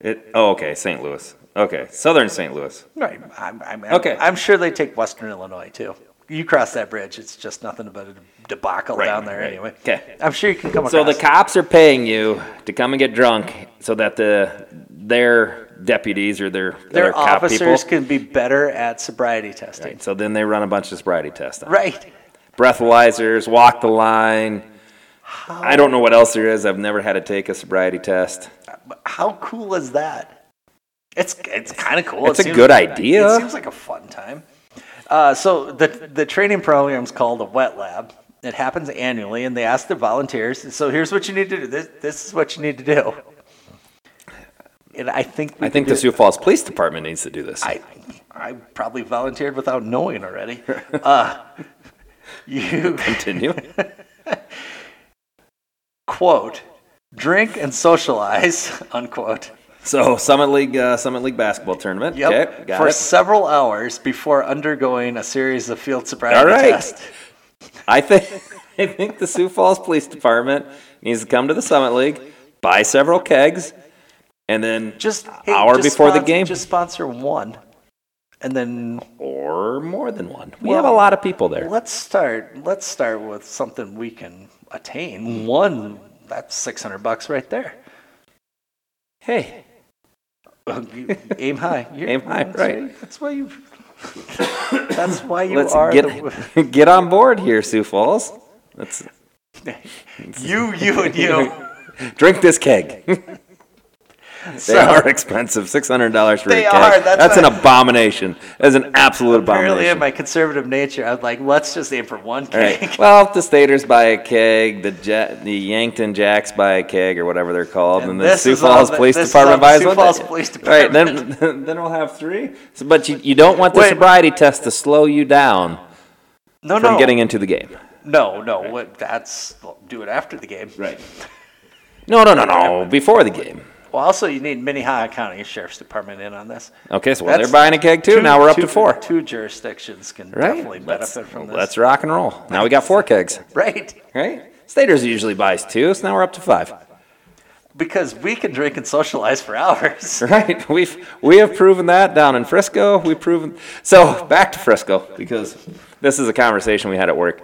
It. Oh, okay. St. Louis. Okay, Southern St. Louis. Right. I'm, I'm, I'm- Okay. I'm sure they take Western Illinois too. You cross that bridge, it's just nothing but a debacle Right, down there right. anyway. Okay. I'm sure you can come So across. the cops are paying you to come and get drunk, so that the their deputies or their their cop officers people. can be better at sobriety testing. Right, so then they run a bunch of sobriety tests. on it. Right. Breathalyzers, walk the line. I don't know what else there is. I've never had to take a sobriety test. But How cool is that? It's it's kind of cool. It's a good idea. It seems like a fun time. Uh, so the the training program is called a wet lab. It happens annually, and they ask the volunteers. So here's what you need to do. This this is what you need to do. And I think we I think could the do- Sioux Falls Police Department needs to do this. I I probably volunteered without knowing [LAUGHS] already. Uh, you Continue. quote drink and socialize [LAUGHS] unquote. So Summit League, uh, Summit League basketball tournament. Yep. Okay, got for it. several hours before undergoing a series of field sobriety All right. tests. I think [LAUGHS] I think the Sioux Falls Police Department needs to come to the Summit League, buy several kegs, and then Just hey, hour just before the spons- game, Just sponsor one, and then or more than one. We Well, have a lot of people there. let's start. Let's start with something we can attain. One. That's six hundred bucks right there. Hey, [LAUGHS] You aim high. You're, Aim high, that's right. why- That's why you. That's why you let's [LAUGHS] are. the- get get on board here, Sioux Falls. Let's you, you, and you. drink this keg. [LAUGHS] They are expensive. Six hundred dollars for They a keg. are, that's That's, an abomination. That's an absolute Apparently, abomination. in my conservative nature, I'm like, let's just aim for one All cake. [LAUGHS] right. Well, the Staters buy a keg, the ja- the Yankton Jacks buy a keg or whatever they're called, and, And the this Sioux is all Falls the- Police this is Department all the buys Sioux one. Falls Police All right, then [LAUGHS] then we'll have three. So, but you, you don't want the Wait. sobriety test to slow you down No, from no, getting into the game. no, no. What? That's do it after the game. Right. No, no, no, no. Before the game. Well, also you need Minnehaha County Sheriff's Department in on this. Okay, so well, That's they're buying a keg too. Two- now we're up two- to four. Two jurisdictions can Right? definitely Let's- benefit from this. Let's rock and roll. Now we got four kegs. right. Right? Staters usually buys two, so now we're up to five. Because we can drink and socialize for [LAUGHS] hours. Right? We've we have proven that down in Frisco. We've proven so back to Frisco because this is a conversation we had at work.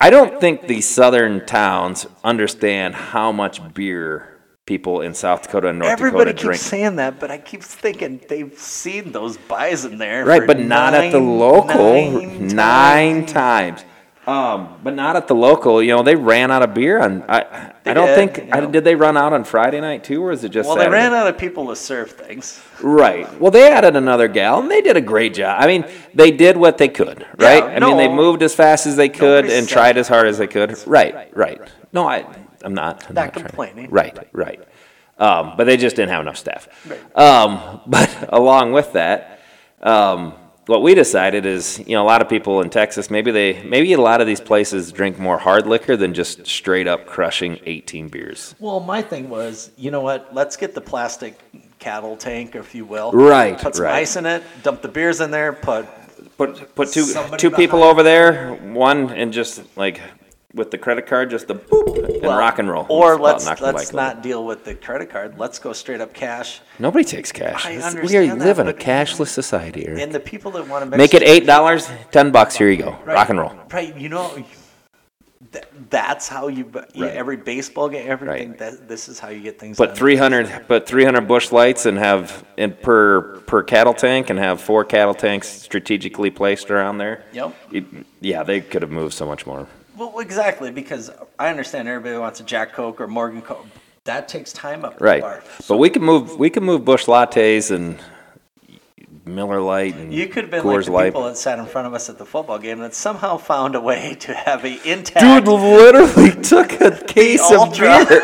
I don't think the southern towns understand how much beer people in South Dakota and North Dakota Everybody keeps drink. saying that, but I keep thinking they've seen those bison there. Right, for but not at the nine- local. nine Nine, times. times. Um, but not at the local. You know, they ran out of beer on. I, I don't did, think. you I, know. did they run out on Friday night too, or is it just? Well, they Saturday? ran out of people to serve things. Right. Well, they added another gal, and they did a great job. I mean, they did what they could, right? I mean, they no. moved as fast as they could Nobody and said tried as hard as they could. uh, Right. Right. No, I. I'm not. I'm trying Not to- complaining. Right. Right. Um, but they just didn't have enough staff. Um, [LAUGHS] but along with that, um, what we decided is, you know, a lot of people in Texas, maybe they, maybe a lot of these places drink more hard liquor than just straight up crushing 18 beers. Well, my thing was, you know what? Let's get the plastic cattle tank, if you will. Right, Put some right. ice in it. Dump the beers in there. Put Put put two Somebody two people behind. over there, one and just like with the credit card, just the boop and well, rock and roll. Or Well, let's knock the let's mic over. not deal with the credit card. Let's go straight up cash. Nobody takes cash. I It's- we are, understand that, live in a but- cashless society. Eric. And the people that want to Make it eight dollars, ten bucks. Here you go, rock and roll. Right. You know. th- That's how you, you Right. every baseball game, everything. Right. That, this is how you get things. Put done. three hundred, put three hundred bush lights, and have and per per cattle tank, and have four cattle tanks strategically placed around there. Yep. You- yeah, they could have moved so much more. Well, exactly, because I understand everybody wants a Jack Coke or Morgan Coke. That takes time up at the Right, bar. but we can move. We can move Bush lattes and Miller Light and You could have been Coors like the Light. people that sat in front of us at the football game that somehow found a way to have a intact. Dude literally [LAUGHS] took a case of Ultra. beer.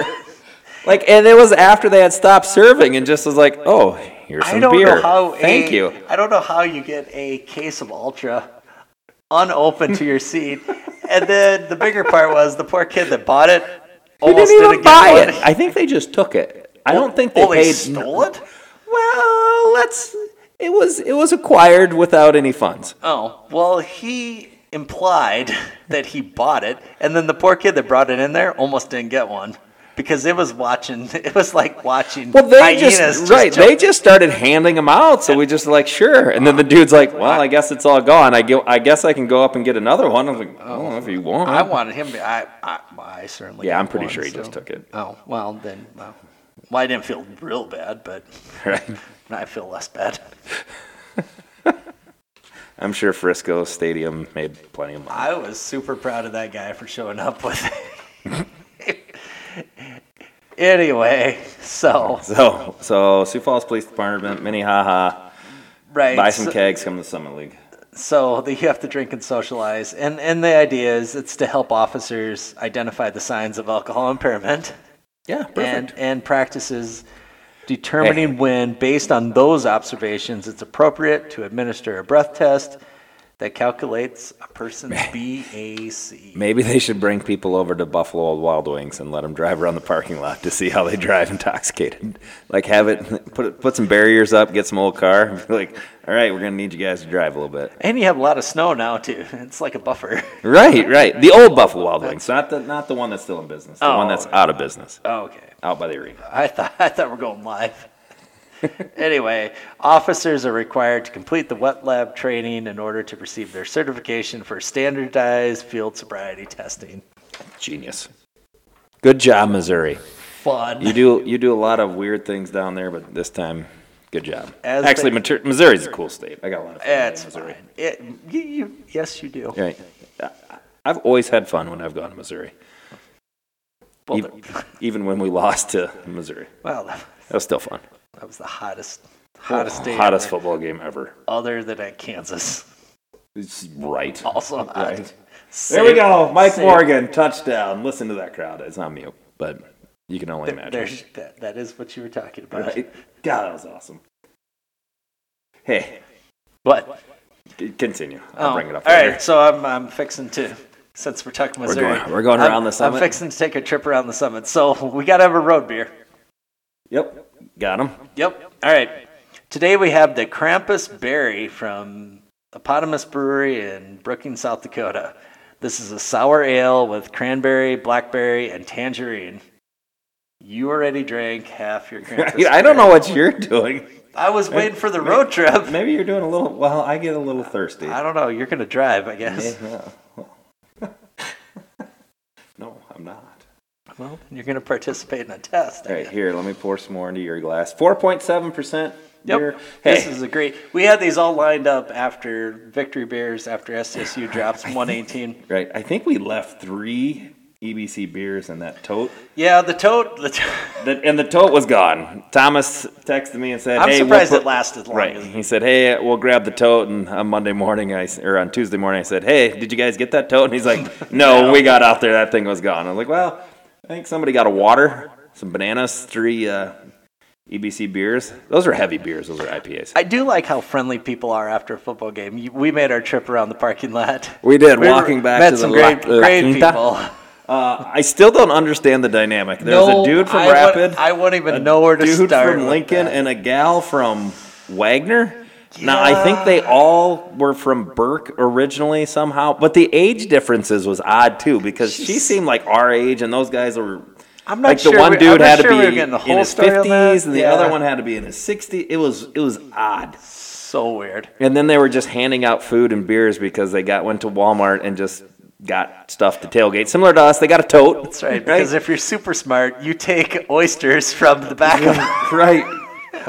Like, and it was after they had stopped serving, and just was like, "Oh, here's I some don't beer. know how. Thank a, you." I don't know how you get a case of Ultra unopened to your seat, and then the bigger part was the poor kid that bought it. They Almost didn't even get buy one. [LAUGHS] it. I think they just took it. I don't think they oh, they paid. stole it. Well, let's. It was it was acquired without any funds. Oh, well, he implied that he bought it, and then the poor kid that brought it in there almost didn't get one because it was watching. [LAUGHS] It was like watching. Well, they hyenas just, right. jump- They just started handing them out, so we just like sure. And then the dude's like, "Well, I guess it's all gone. I, go, I guess I can go up and get another one." I was like, "Oh, if you want." I wanted him to. I, I, I certainly. yeah, got I'm pretty one, sure he so- just took it. [LAUGHS] Oh well, then. Well, well, I didn't feel real bad, but Right. I feel less bad. I'm sure Frisco Stadium made plenty of money. [LAUGHS] I was super proud of that guy for showing up with. [LAUGHS] anyway, so So, so Sioux Falls Police Department, Minnehaha, right. buy some so- kegs, come to Summit League. so that you have to drink and socialize and and the idea is it's to help officers identify the signs of alcohol impairment Yeah, and and practices determining when based on those observations it's appropriate to administer a breath test that calculates a person's BAC. Maybe they should bring people over to Buffalo Old Wild Wings and let them drive around the parking lot to see how they drive intoxicated. Like have it put put some barriers up, get some old car, [LAUGHS] and be like, all right, we're gonna need you guys to drive a little bit. And you have a lot of snow now too. [LAUGHS] It's like a buffer. Right, right. The old Buffalo Wild Wings, not the not the one that's still in business, the Oh. one that's out of business, Okay. out by the arena. I thought I thought we're going live. [LAUGHS] anyway, officers are required to complete the wet lab training in order to receive their certification for standardized field sobriety testing. Genius. Good job, Missouri. Fun. You do you do a lot of weird things down there, but this time, good job. As Actually, they- Mater- Missouri's a cool state. I got a lot of fun in That's Missouri. fine. It, you, you, yes, you do. Right. I- I've always had fun when I've gone to Missouri, Well, e- the- even when we lost to Missouri. well, That was still fun. That was the hottest, hottest day. hottest ever, football game ever. other than at Kansas. [LAUGHS] It's right. Also hot. Right. Oh, Same- There we go. Mike same- Morgan, touchdown. Listen to that crowd. It's on mute, but you can only imagine. There's, that, that is what you were talking about. Right. God, that was awesome. Hey, But um, c- continue. I'll bring it up Oh. All later. right, so I'm, I'm fixing to, since we're talking Missouri, going- we're going I'm- around the summit. I'm fixing to take a trip around the summit. So [LAUGHS] we got to have a road beer. Yep. Got him. Yep. All right. Today we have the Krampus Berry from Eponymous Brewery in Brookings, South Dakota. This is a sour ale with cranberry, blackberry, and tangerine. You already drank half [LAUGHS] your Krampus. I don't berry. know what you're doing. I was waiting for the road trip. Maybe you're doing a little. Well, I get a little thirsty. I don't know. You're going to drive, I guess. [LAUGHS] No, I'm not. Well, you're going to participate in a test. I All right, guess. here. Let me pour some more into your glass. Four point seven percent. Yep. Hey, This is a great. We had these all lined up after Victory Bears, [LAUGHS] after SSU drops 118. right. I think we left three EBC beers in that tote, Yeah, the tote. The tote that, and the tote was gone. Thomas texted me and said, I'm "Hey, surprised we'll it put- lasted long. Right. He said, "Hey, we'll grab the tote." And on Monday morning, I s- or on Tuesday morning, I said, "Hey, did you guys get that tote?" And he's like, [LAUGHS] "No, we got out there. That thing was gone." I was like, "Well, I think somebody got a water, some bananas, three uh, EBC beers. Those are heavy beers. Those are IPAs." I do like how friendly people are after a football game. You- We made our trip around the parking lot. We did We walking were- back met to some the great, La- La great Quinta. people. Uh, I still don't understand the dynamic. There's No, a dude from I wou- Rapid, I wouldn't even know where to dude start. from with Lincoln, that. and a gal from Wagner. Now I uh, think they all were from Burke originally somehow, but the age differences was odd too because she seemed like our age, and those guys were. I'm not like sure the one we- dude I'm not had to sure we were be getting the whole in his story on that. fifties, and the Yeah. other one had to be in his 60s. It was it was odd. So weird. And then they were just handing out food and beers because they got went to Walmart and just got stuff to tailgate. Similar to us, they got a tote. That's right. Because if you're super smart, you take oysters from the back [LAUGHS] of. [LAUGHS] right.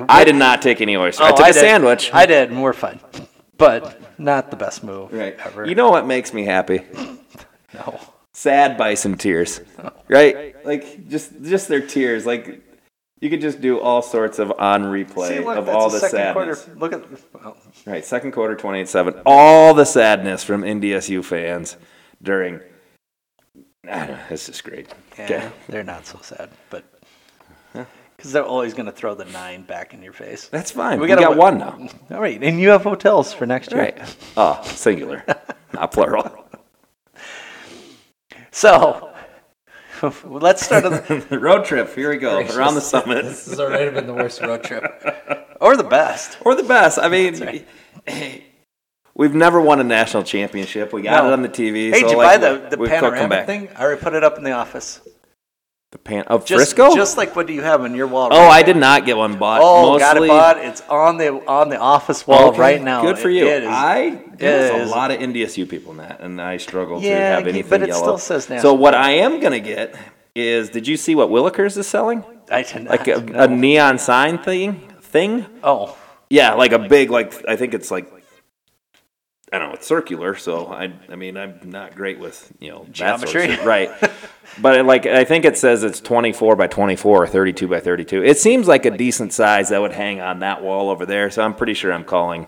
I did not take any oysters. I took a a sandwich. Oh, I did, and we're fine. But not the best move right. ever. You know what makes me happy? No. Sad bison tears. Right? Like just just their tears. Like you could just do all sorts of on replay See, look, of that's all the the second sadness. quarter. Look at well, Right, second quarter 28-7. All the sadness from NDSU fans during I don't know, this is great. yeah, Okay. they're not so sad, but because they're always going to throw the nine back in your face. That's fine. We We, gotta got win. one now. All right, and you have hotels for next year. Right. Oh, singular, not plural. [LAUGHS] So [LAUGHS] let's start. on the- Road trip. Here we go around the [LAUGHS] this summit, has already been the worst road trip, or the best. or the best. I mean, [LAUGHS] we've never won a national championship. We got No. it on the TV. so Hey, did you like, buy the, the we- we'll come panoramic back. thing? I already put it up in the office. The pan of Just, Frisco. just like what do you have on your wall? oh, I did not get one bought. Oh, Mostly, got it bought. It's on the on the office wall Okay, right now. Good for It- you. It is, I there's is. a lot of NDSU people in that, and I struggle Yeah, to have but anything it yellow. still says so national. what I am gonna get is, did you see what Willikers is selling? I did not Like a, know. a neon sign thing thing. oh, Yeah, like a big like I think it's like I don't know, it's circular, so I I mean I'm not great with, you know, that sort of Geometry. shit. [LAUGHS] right. but it, like I think it says it's 24 by 24 or 32 by 32. It seems like a decent size that would hang on that wall over there, so I'm pretty sure I'm calling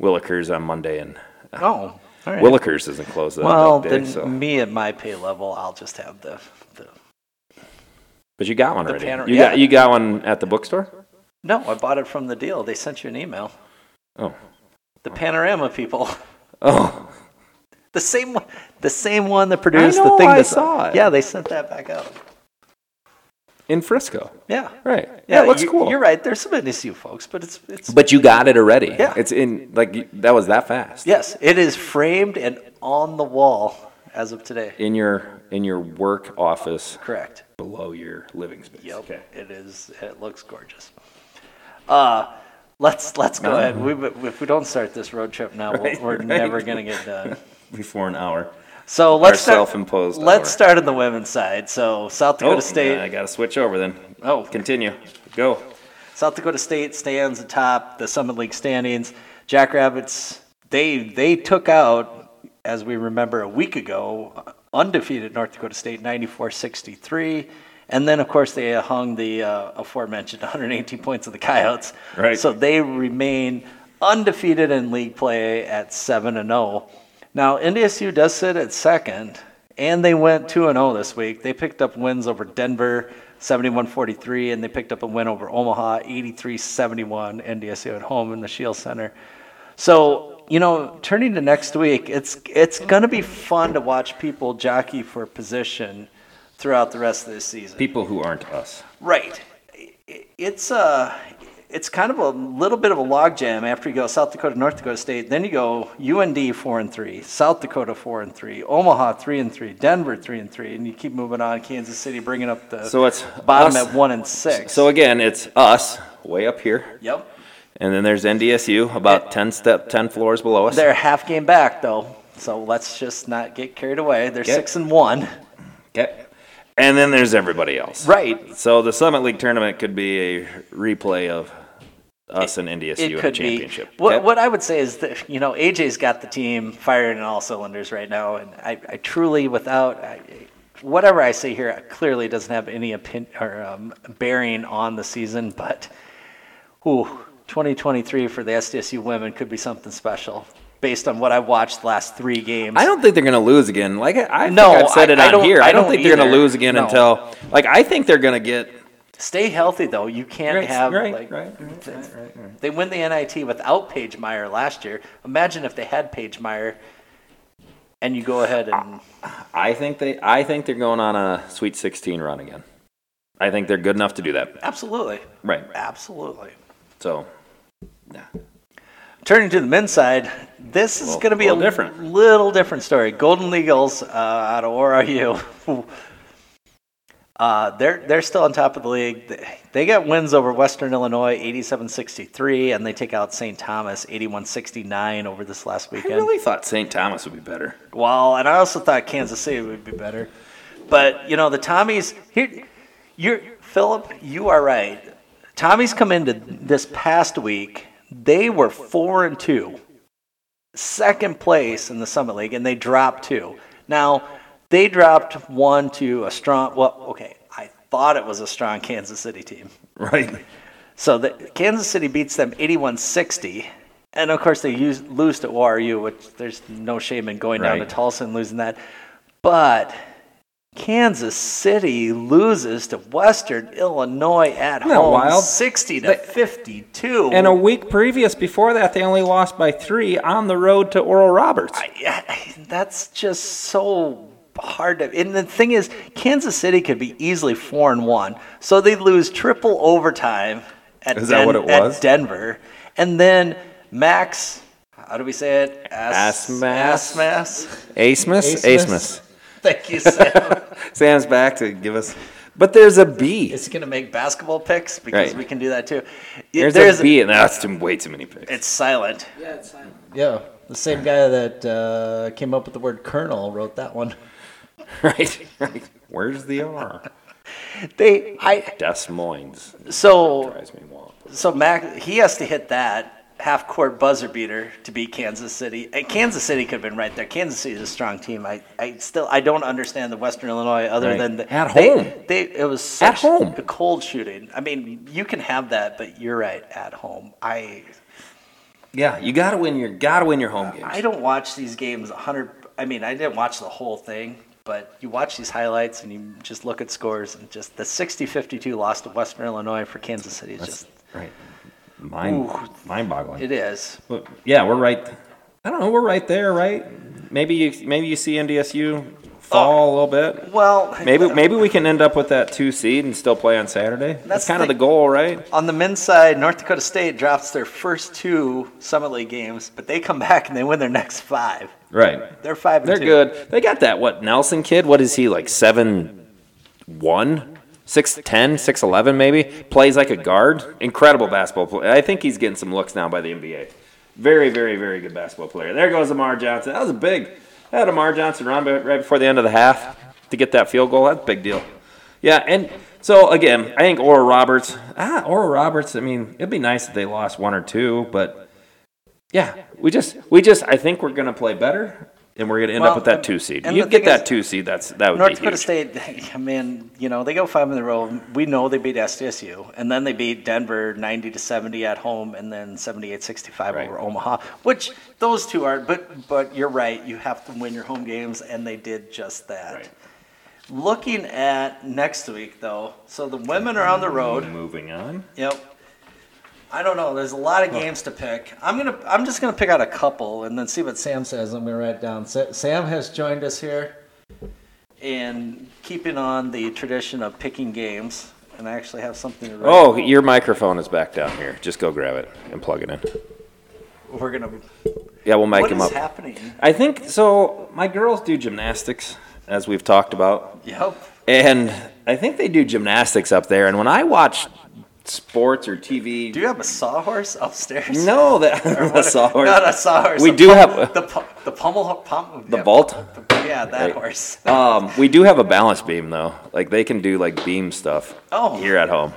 Willikers on Monday and oh, all right. Willikers isn't closed that well, big, then so. me at my pay level, I'll just have the, the But you got one already. panor- you yeah. got you got one at the bookstore? no. I bought it from the deal. They sent you an email. Oh. The panorama people, [LAUGHS] Oh. the same one, the same one that produced the know, thing. I that- saw it. Yeah, they sent that back out. In Frisco. Yeah, Right. Yeah, it looks you- cool. You're right. There's some NSU folks, but it's it's But you got it already. Yeah. It's in like you- that was that fast. yes, it is framed and on the wall as of today. in your in your work office Correct. below your living space. Yep. It is. It looks gorgeous. Uh, let's let's go ahead. We, if we don't start this road trip now, [LAUGHS] we'll Right, we're right. never gonna get done. [LAUGHS] Before an hour. So let's start, self-imposed Let's hour. Oh, start on the women's side. So South Dakota State. yeah, I got to switch over then. Oh. continue. Go. South Dakota State stands atop the Summit League standings. Jackrabbits, they they took out, as we remember a week ago, undefeated North Dakota State 94-63 And then, of course, they hung the uh, aforementioned [LAUGHS] 118 points of the Coyotes. Right. So they remain undefeated in league play at 7 and 0. Now, NDSU does sit at second, and they went 2 and 0 this week. They picked up wins over Denver 71 43, and they picked up a win over Omaha 83 71, NDSU at home in the Shield Center. So you know, turning to next week, it's it's going to be fun to watch people jockey for position throughout the rest of this season. People who aren't us. Right. I- It's uh it's kind of a little bit of a logjam after you go South Dakota, North Dakota State. Then you go UND four and three, South Dakota four and three, Omaha three and three, Denver three and three, and you keep moving on. Kansas City bringing up the So it's bottom us- at one and six. So again, it's us way up here, yep, and then there's NDSU about ten step, ten floors below us. they're half game back though. So let's just not get carried away. They're Yep. six and one. Okay. And then there's everybody else. Right. So the Summit League tournament could be a replay of us and NDSU in a championship. What, Okay. what I would say is that [LAUGHS] you know AJ's got the team firing on all cylinders right now, and I, I truly, without I, whatever I say here, clearly doesn't have any opinion or um, bearing on the season. But ooh, 2023 for the SDSU women could be something special, based on what I watched the last three games. I don't think they're going to lose again. Like I, I No, think I've said I- it I on don't- here. I I don't, don't think they're going to either. lose again No. until like I think they're going to get Stay healthy though. You can't have right, like right, they win the NIT without Paige Meyer last year. Imagine if they had Paige Meyer, and you go ahead and. I think they I think they're going on a Sweet 16 run again. I think they're good enough to do that. Absolutely. Right. Absolutely. So Turning to the men's side, this is Well, going to be well, a different. little different story. Golden Eagles uh, out of ORU. [LAUGHS] Uh, they're they're still on top of the league. They- They got wins over Western Illinois, 87-63, and they take out St. Thomas, 81-69 over this last I weekend. really thought St. Thomas would be better. [LAUGHS] Well, and I also thought Kansas City would be better. But, you know, the Tommies here you're Philip, you are right. Tommies come into this past week, they were 4 and 2. Second place in the Summit League and they dropped two. Now, they dropped one to a strong well, okay, I thought it was a strong Kansas City team. Right. So the, Kansas City beats them 81-60, and of course they use, lose to ORU, which there's no shame in going down to Right. Tulsa and losing that. But Kansas City loses to Western Illinois at that home, wild? 60 to They- 52. And a week previous before that they only lost by 3 on the road to Oral Roberts. Yeah, that's just so hard to. And the thing is, Kansas City could be easily four and one, so they lose triple overtime at, Is that what it at was? Denver, and then Max. How do we say it? As- Asmas. Asmas. Asmus. Asmus, Asmus. Thank you, Sam. [LAUGHS] Sam's back to give us But there's a B. Is he going to make basketball picks? Because Right. we can do that too. There's, a B, and that's too, way too many picks. It's silent. Yeah, the same guy that uh, came up with the word colonel wrote that one. right, right. Where's the R? They. I. Des Moines So drives me wild. So Mac, he has to hit that half court buzzer beater to beat Kansas City. And Kansas City could have been right there. Kansas City is a strong team. I, I still I don't understand the Western Illinois other Right. than the, At they- home. They, it was such At home. a cold shooting. I mean, you can have that, but you're right at home. I Yeah, you gotta win your gotta win your home games. I don't watch these games 100 I mean, I didn't watch the whole thing, but you watch these highlights and you just look at scores and just the 60-52 loss to Western Illinois for Kansas City is just Right. Mind Ooh. mind boggling. it is. But yeah, we're right. I don't know. We're right there, right? Maybe you maybe you see NDSU fall a little bit. Well, Maybe maybe we can end up with that two seed and still play on Saturday. That's, That's kind of the- the goal, right? On the men's side, North Dakota State drops their first two Summit League games, but they come [LAUGHS] back and they win their next five. Right. They're five. And They're two. good. They got that what Nelson kid? What is he like? Seven one. 6'10", 6'11", maybe plays like a guard. Incredible basketball player. I think he's getting some looks now by the NBA. Very, very, very good basketball player. There goes Amar Johnson. That was a big. That had Amar Johnson run b- right before the end of the half to get that field goal. That's a big deal. Yeah, and so again, I think Oral Roberts. Ah, Oral Roberts. I mean, it'd be nice if they lost one or two, but yeah, we just we just I think we're gonna play better. and we're going to end Well, up with that and- two seed. and You the get thing that is, two seed, that's that would North be Dakota huge. State, [LAUGHS] I mean, you know, they go five in a row. We know they beat SDSU, and then they beat Denver 90 to 70 at home, and then 78 65 Right. over Omaha, which those two are, but, but you're right. You have to win your home games, and they did just that. Right. Looking at next week, though, so the women are on the road. Moving on. Yep. I don't know. There's a lot of games to pick. I'm gonna. I'm just gonna pick out a couple and then see what Sam Sam says, I'm going to write it down. Sa- Sam has joined us here. and keeping on the tradition of picking games. And I actually have something to write. Oh, your microphone is back down here. Just go grab it and plug it in. we're gonna. Yeah, we'll mic What him is up. happening? I think so. My girls do gymnastics, as we've talked about, Yep. and I think they do gymnastics up there. And when I watch sports or TV, Do you have a sawhorse upstairs? [LAUGHS] no, that [LAUGHS] the sawhorse, Not a sawhorse. We a do pum- have- the pu- the pummel pump. the vault. Yeah, that Right. horse. [LAUGHS] Um, we do have a balance beam though. Like they can do like beam stuff Oh. here at home.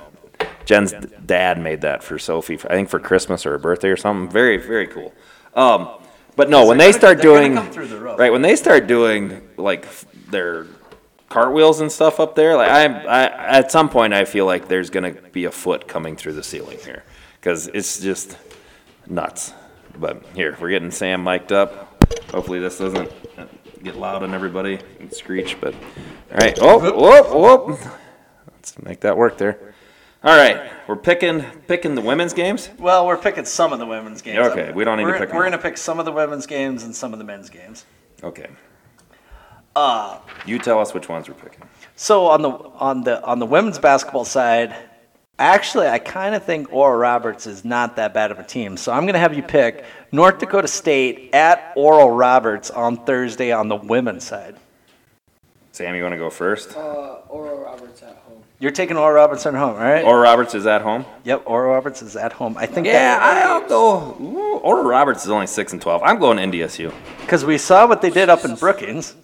Jen's d- dad made that for Sophie. I think for Christmas or her birthday or something. Very very cool. Um, but no, when they they're gonna- start they're gonna doing come through the roof. right when they start doing like f- their cartwheels and stuff up there, like I, I at some point I feel like there's gonna be a foot coming through the ceiling here because it's just nuts. But here we're getting Sam mic'd up. Hopefully this doesn't uh, get loud on everybody and screech. But all right, oh, whoop, whoop. Let's make that work there. All right, we're picking picking the women's games. Well, we're picking some of the women's games. Okay, we don't need to We're- pick 'em We're all. gonna pick some of the women's games and some of the men's games. Okay, Uh, you tell us which ones we're picking. So on the on the on the women's basketball side, actually, I kind of think Oral Roberts is not that bad of a team. So I'm going to have you pick North Dakota State at Oral Roberts on Thursday on the women's side. Sam, you want to go first? Uh, Oral Roberts at home. You're taking Oral Roberts at home, all right? Or Roberts is at home. yep, Oral Roberts is at home. I think Yeah, I don't know. Ooh, Oral Roberts is only six and twelve. I'm going NDSU. because we saw what they did up in Brookings.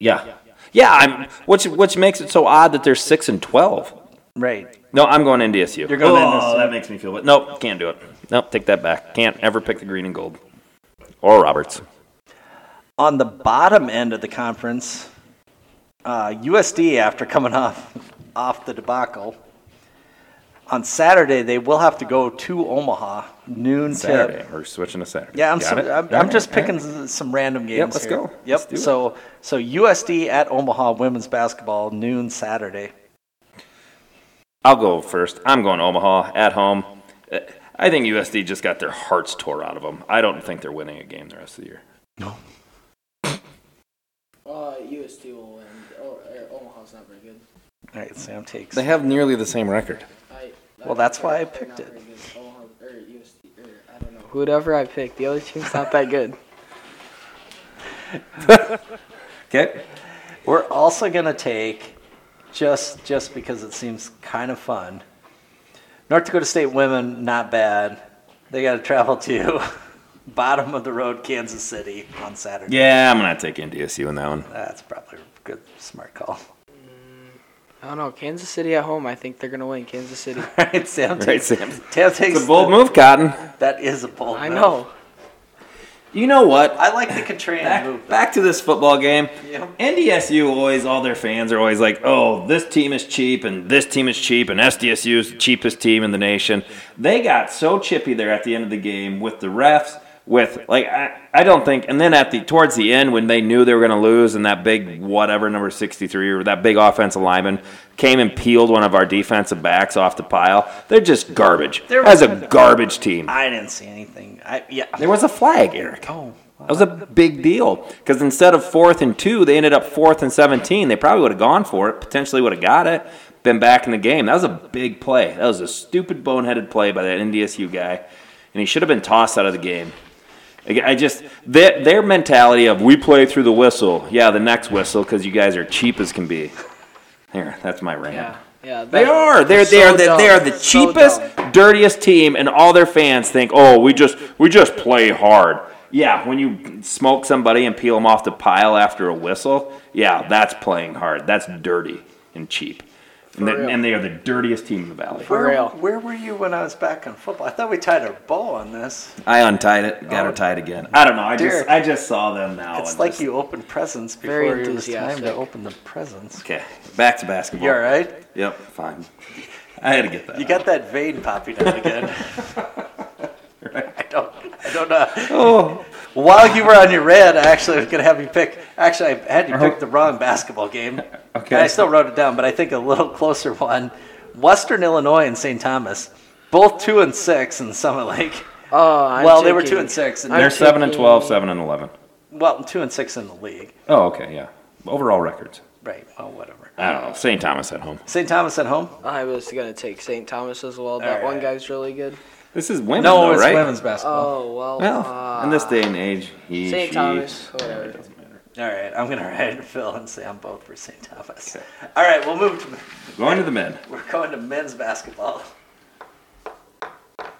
Yeah, yeah. I'm which which makes it so odd that they're six and twelve. Right. No, I'm going NDSU. You're going Oh, NDSU. that makes me feel. But nope, can't do it. Nope, take that back. Can't ever pick the green and gold. Or Roberts. On the bottom end of the conference, uh, USD after coming [LAUGHS] off off the debacle. On Saturday, they will have to go to Omaha noon tip. Saturday. We're switching to Saturday. Yeah, I'm, Got so, it? I'm, All I'm right, just all right. picking s- some random games. let's here. go. Yep. Let's do it. so so USD at Omaha women's basketball noon Saturday. I'll go first. I'm going Omaha at home. Uh, I think USD just got their hearts tore out of them. I don't think they're winning a game the rest of the year. Uh, USD will win. O- uh, Omaha's not very good. All right, Sam takes. They have nearly the same record. I, Well, that's why I they're picked not it. very good. Omaha, or USD, or I don't know. Whatever I picked, the other team's not that good. Okay. We're also gonna take just just because it seems kind of fun. North Dakota State women not bad. They got to travel to [LAUGHS] bottom of the road Kansas City on Saturday. Yeah, I'm gonna take NDSU in that one. That's probably a good smart call. [LAUGHS] [LAUGHS] I don't know. Kansas City at home, I think they're going to win. Kansas City. All right, Sam. Right, Takes, Sam. Sam takes It's a bold move, Cotton. That is a bold. I move. know. You know what? I like the Katrina move. Back, back to this football game. Yep. NDSU always, all their fans are always like, oh, this team is cheap and this team is cheap and SDSU is the cheapest team in the nation. They got so chippy there at the end of the game with the refs, with, like, I, I don't think, and then at the, towards the end when they knew they were going to lose and that big whatever, number 63 or that big offensive lineman came and peeled one of our defensive backs off the pile, they're just garbage. There As was- a garbage team. I didn't see anything. I yeah. There was a flag, Eric. Oh, That was a big deal because instead of fourth and two, they ended up fourth and 17. They probably would have gone for it, potentially would have got it, been back in the game. That was a big play. That was a stupid boneheaded play by that NDSU guy, and he should have been tossed out of the game. Like, I just, their, their mentality of we play through the whistle. Yeah, the next whistle because you guys are cheap as can be. There, that's my rant. Yeah. Yeah. They that- are. They're so they are the, dumb. they are the They're so cheapest, dumb. dirtiest team, and all their fans think, "Oh, we just we just play hard." Yeah, when you smoke somebody and peel them off the pile after a whistle, yeah, that's playing hard. That's dirty and cheap. And, they- real. and they are the dirtiest team in the valley. For where, real. where were you when I was back on football? I thought we tied our bow on this. I untied it, got her tied again. I don't know. I Oh. Derek. just I just saw them now. it's and like just- you opened presents Very before it was time to enthusiastic. open the presents. Okay, back to basketball. You all right? Yep, fine. [LAUGHS] I had to get that. You out. got that vein popping out again. I don't. I don't know. While you were on your red, I actually was gonna have you pick. Actually, I had you pick the wrong basketball game. Okay. And I still wrote it down, but I think a little closer one. Western Illinois and St. Thomas, both two and six in Summit Lake. Oh, I'm well, they were thinking- two and six. And I'm They're seven and thinking- 12, seven and eleven. well, two and six in the league. Oh, okay, yeah. Overall records. Right. Well, whatever. I don't know. St. Thomas at home. St. Thomas at home. I was gonna take St. Thomas as well. That Alright. one guy's really good. This is women, No, though, it's right? Women's basketball. Oh well. Well, in this day and age, he, St. she- Thomas, yeah, it whatever. doesn't matter. All right. I'm gonna write [LAUGHS] Phil and say I'm both for St. Thomas. All right. We'll move to. Going to the men. We're going to men's basketball. So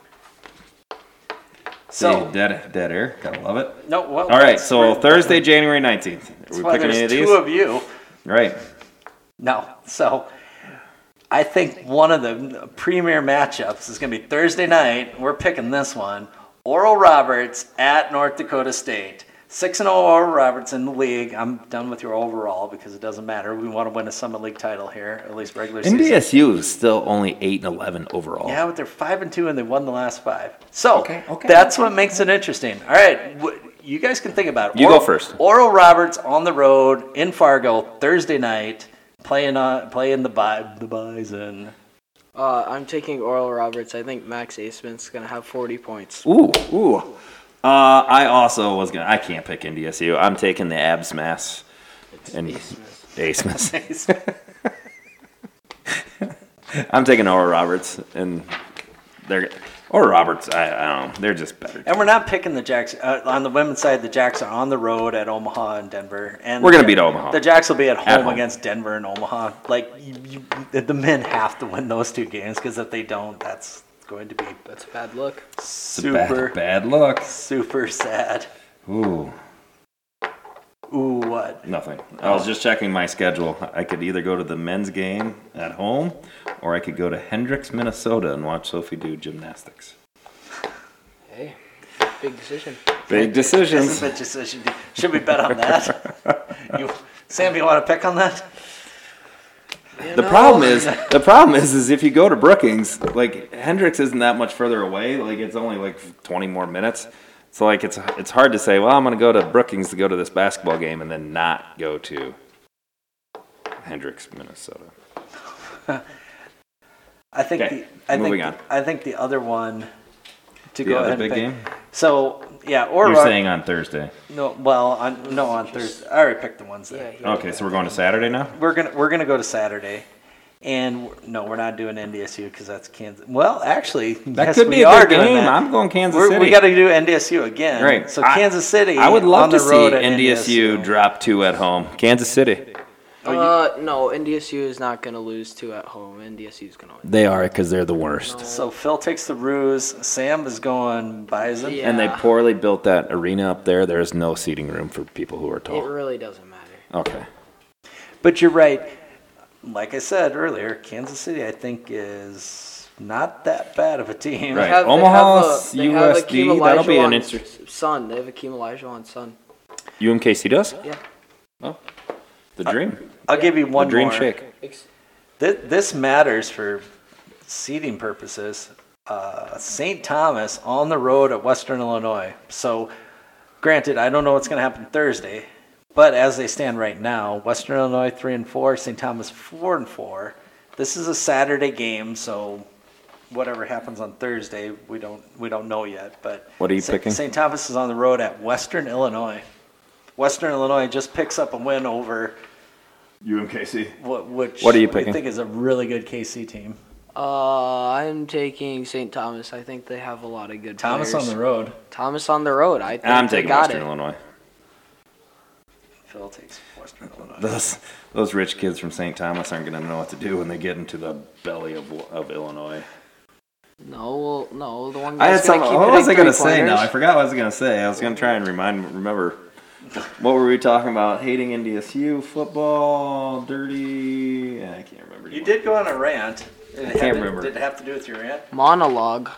So dead, dead air. Gotta love it. no. Well, All right, so Thursday, January nineteenth. Are That's we why picking there's any of two these? of you. right. No. So I think one of the premier matchups is going to be Thursday night. We're picking this one. Oral Roberts at North Dakota State. 6 0 Oral Roberts in the league. I'm done with your overall because it doesn't matter. We want to win a Summit League title here, at least regular season. NDSU is still only eight and eleven overall. Yeah, but they're five and two, and they won the last five. So Oh. Okay, okay. that's what makes it interesting. All right, wh- you guys can think about it. You go Oral- first. Oral Roberts on the road in Fargo Thursday night, playing on playing the bi- [LAUGHS] the Bison. Uh, I'm taking Oral Roberts. I think Max Aceman's gonna have 40 points. Ooh, ooh. Uh, I also was gonna. I can't pick NDSU. I'm taking the Abs Mass and Asmus. [LAUGHS] I'm taking Oral Roberts, and they're or Roberts. I, I don't know. They're just better. And we're not picking the Jacks uh, on the women's side. The Jacks are on the road at Omaha and Denver, and We're gonna beat Omaha. The Jacks will be at home, home. against Denver and Omaha. Like you, you, the- the men have to win those two games because if they don't, that's going to be That's a bad look. It's a bad- super bad luck. super sad. Ooh, Ooh, what? nothing. I was just checking my schedule. I could either go to the men's game at home, or I could go to Hendricks, Minnesota, and watch Sophie do gymnastics. Hey, big decision. Big This decisions. is a decision. Should we bet on that? [LAUGHS] you, Sam, you want to pick on that? The problem is, the problem is, is if you go to Brookings, like Hendricks isn't that much further away. Like it's only like 20 more minutes. So like it's it's hard to say. Well, I'm gonna go to Brookings to go to this basketball game and then not go to Hendricks, Minnesota. I think. Okay, The, I moving think. on. I think the other one. To The go other ahead and big pick. game? So yeah, or You're Rock- saying on Thursday. no? Well, on, no, on Thursday. I already picked the ones Yeah, that he- Okay, so we're going to Saturday now. we're gonna we're gonna go to Saturday. And we're- no, we're not doing NDSU because that's Kansas. Well, actually, That yes, could we be a are good doing game. that. I'm going Kansas We're- City. We got to do NDSU again. Right. So I- Kansas City. I would love on to the see road at NDSU, drop two at home. Kansas City. Uh, no, NDSU is not gonna lose two at home. NDSU is gonna win. They are because they're the worst. So Phil takes the ruse. Sam is going Bison. Yeah. And they poorly built that arena up there. There is no seating room for people who are It tall. really doesn't matter. Okay. But you're right. Like I said earlier, Kansas City, I think, is not that bad of a team. Right. Have- they Omaha, have a- they have USD, Akeem that'll be Olajuwon an inter- Son, they have Akeem Olajuwon son. UMKC does? Yeah. Oh. The dream. I'll give you one the dream more. shake. Ex- Th- this matters for seeding purposes. Uh, St. Thomas on the road at Western Illinois. So, granted, I don't know what's going to happen Thursday, but as they stand right now, Western Illinois three and four, St. Thomas four and four. This is a Saturday game, so whatever happens on Thursday, we don't we don't know yet. But What are you St. picking? St. Thomas is on the road at Western Illinois. Western Illinois just picks up a win over UMKC. what which What are you we picking? think is a really good KC team. Uh, I'm taking St. Thomas. I think they have a lot of good Thomas players. on the road. Thomas on the road. I think I'm they taking got Western it. Illinois. Phil takes Western Illinois. Those, those rich kids from St. Thomas aren't going to know what to do when they get into the belly of, of Illinois. No, well, no, the one I had guy's some, gonna keep what it was in I going to three say now? I pointers. forgot what I was going to say. I was going to try and remind remember What were we talking about? Hating NDSU, football, dirty. yeah, I can't remember. You did go on a rant. I can't remember. Did it have to do with your rant? Monologue.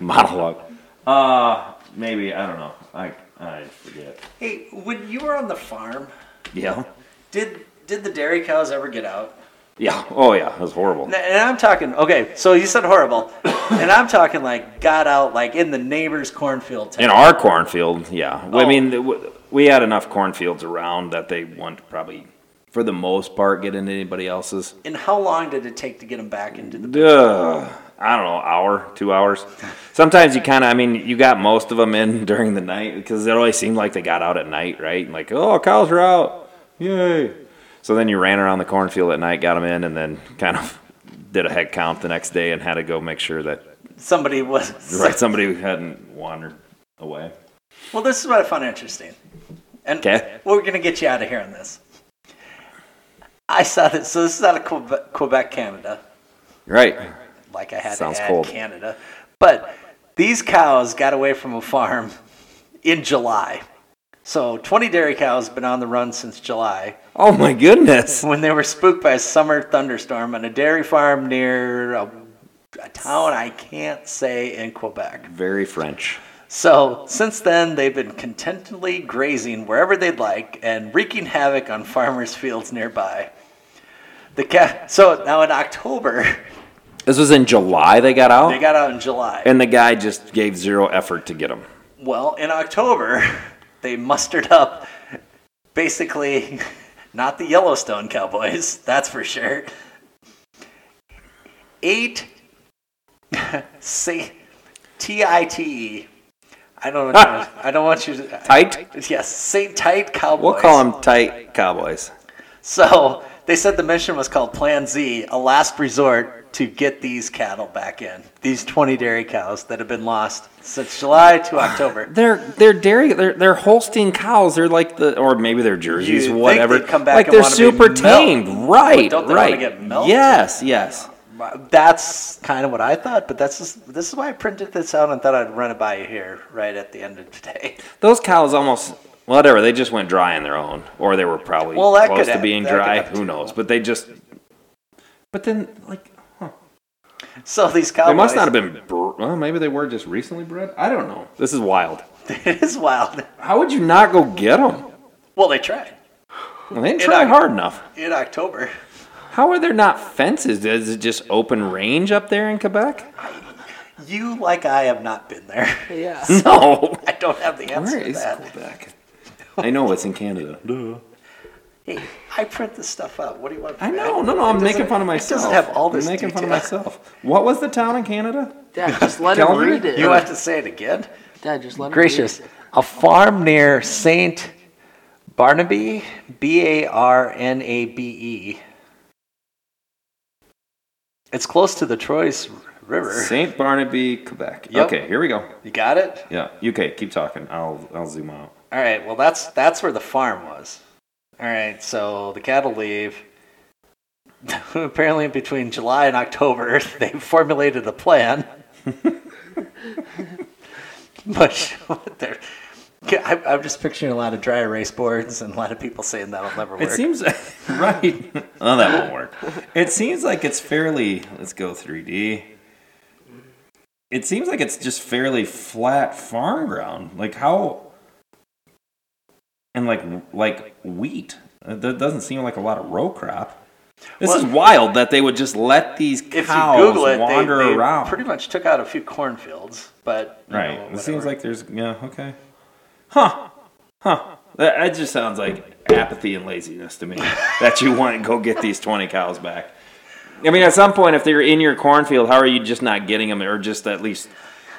monologue. Uh, maybe I don't know. I I forget. Hey, when you were on the farm, Yeah. did did the dairy cows ever get out? Yeah. Oh yeah. That was horrible. And- And I'm talking, okay, so you said [COUGHS] horrible, and I'm talking like got out like in the neighbor's cornfield. Type. In our cornfield, yeah. I Oh. mean, w- we had enough cornfields around that they wouldn't probably, for the most part, get into anybody else's. And how long did it take to get them back into the? Duh. I don't know, hour, two hours. Sometimes you kind of, I mean, you got most of them in [LAUGHS] during the night because it always seemed like they got out at night, right? Like, oh, cows are out, yay! So then you ran around the cornfield at night, got them in, and then [LAUGHS] kind of did a head count the next day and had to go make sure that [LAUGHS] Somebody [LAUGHS] was right somebody hadn't wandered away. Well, this is what I found interesting. And 'Kay. we're going to get you out of here on this. I saw this. So this is out of Quebec, Quebec Canada. Right. Like I had Sounds to add cold. Canada. But these cows got away from a farm in July. So 20 dairy cows have been on the run since July Oh my goodness. when they were spooked by a summer thunderstorm on a dairy farm near a, a town I can't say in Quebec. Very French. So, since then, they've been contentedly grazing wherever they'd like and wreaking havoc on farmers' fields nearby. The ca- so now in October, This was in July they got out, they got out in July. and the guy just gave zero effort to get them. Well, in October, [LAUGHS] they mustered up basically [LAUGHS] not the Yellowstone Cowboys, [LAUGHS] that's for sure. Eight [LAUGHS] say T I T E. I don't know. I don't want you to. Tight? Yes, St. Tight Cowboys. We'll call them tight cowboys. So they said the mission was called Plan Z, a last resort to get these cattle back in. These 20 dairy cows that have been lost since July [SIGHS] to October. They're they're dairy they're, they're Holstein cows. They're like the or maybe they're You'd jerseys, think whatever. they'd come back like and they're wanna be super milked, tamed, right? but don't they wanna right. get milked? Yes, yes. That's kind of what I thought, but that's just, this is why I printed this out and thought I'd run it by you here right at the end of today. [LAUGHS] Those cows almost whatever. They just went dry on their own, or they were probably Well, that close could to hap- being that could dry. happen Who too. knows? But they just. But then, like, So these they cowboys. must not have been. Br- well, maybe they were just recently bred. I don't know. This is wild. [LAUGHS] It is wild. How would you not go get them? Well, they tried Well, they didn't try I- hard enough. in October. How are there not fences? Is it just open range up there in Quebec? [LAUGHS] You, like I, have not been there. [LAUGHS] Yeah. No. I don't have the answer Where to is that. Quebec? I know it's in Canada. Hey, I print this stuff out. What do you want? [LAUGHS] I know. No, no. I'm It making doesn't- fun of it myself. doesn't have all this I'm making fun of detail. myself. What was the town in Canada? Dad, just let him Calgary? read it. You have to say it again. Dad, just let him Gracious. A farm near St. Barnaby, B A R N A B E. It's close to the Troyes River. Saint Barnaby, Quebec. Yep. Okay, here we go. You got it? Yeah, UK. Keep talking. I'll I'll zoom out. All right. Well, that's that's where the farm was. All right. So the cattle leave. [LAUGHS] Apparently, between July and October, [LAUGHS] they formulated a plan. [LAUGHS] but what they're- I- I'm just picturing a lot of dry erase boards and a lot of people saying that'll never It work. seems [LAUGHS] [LAUGHS] right. oh, that won't work. It seems like it's fairly. Let's go 3D. It seems like it's just fairly flat farm ground. Like how, and like like wheat. Uh, That doesn't seem like a lot of row crop. This is wild that they would just let these if cows you Google it, they, wander they around. pretty much took out a few cornfields. But you Right. know, it seems whatever. like there's yeah okay. Huh. Huh. That, that just sounds like apathy and laziness [LAUGHS] to me. that you want to go get these twenty cows back. I mean, at some point, if they're in your cornfield, how are you just not getting them, or just at least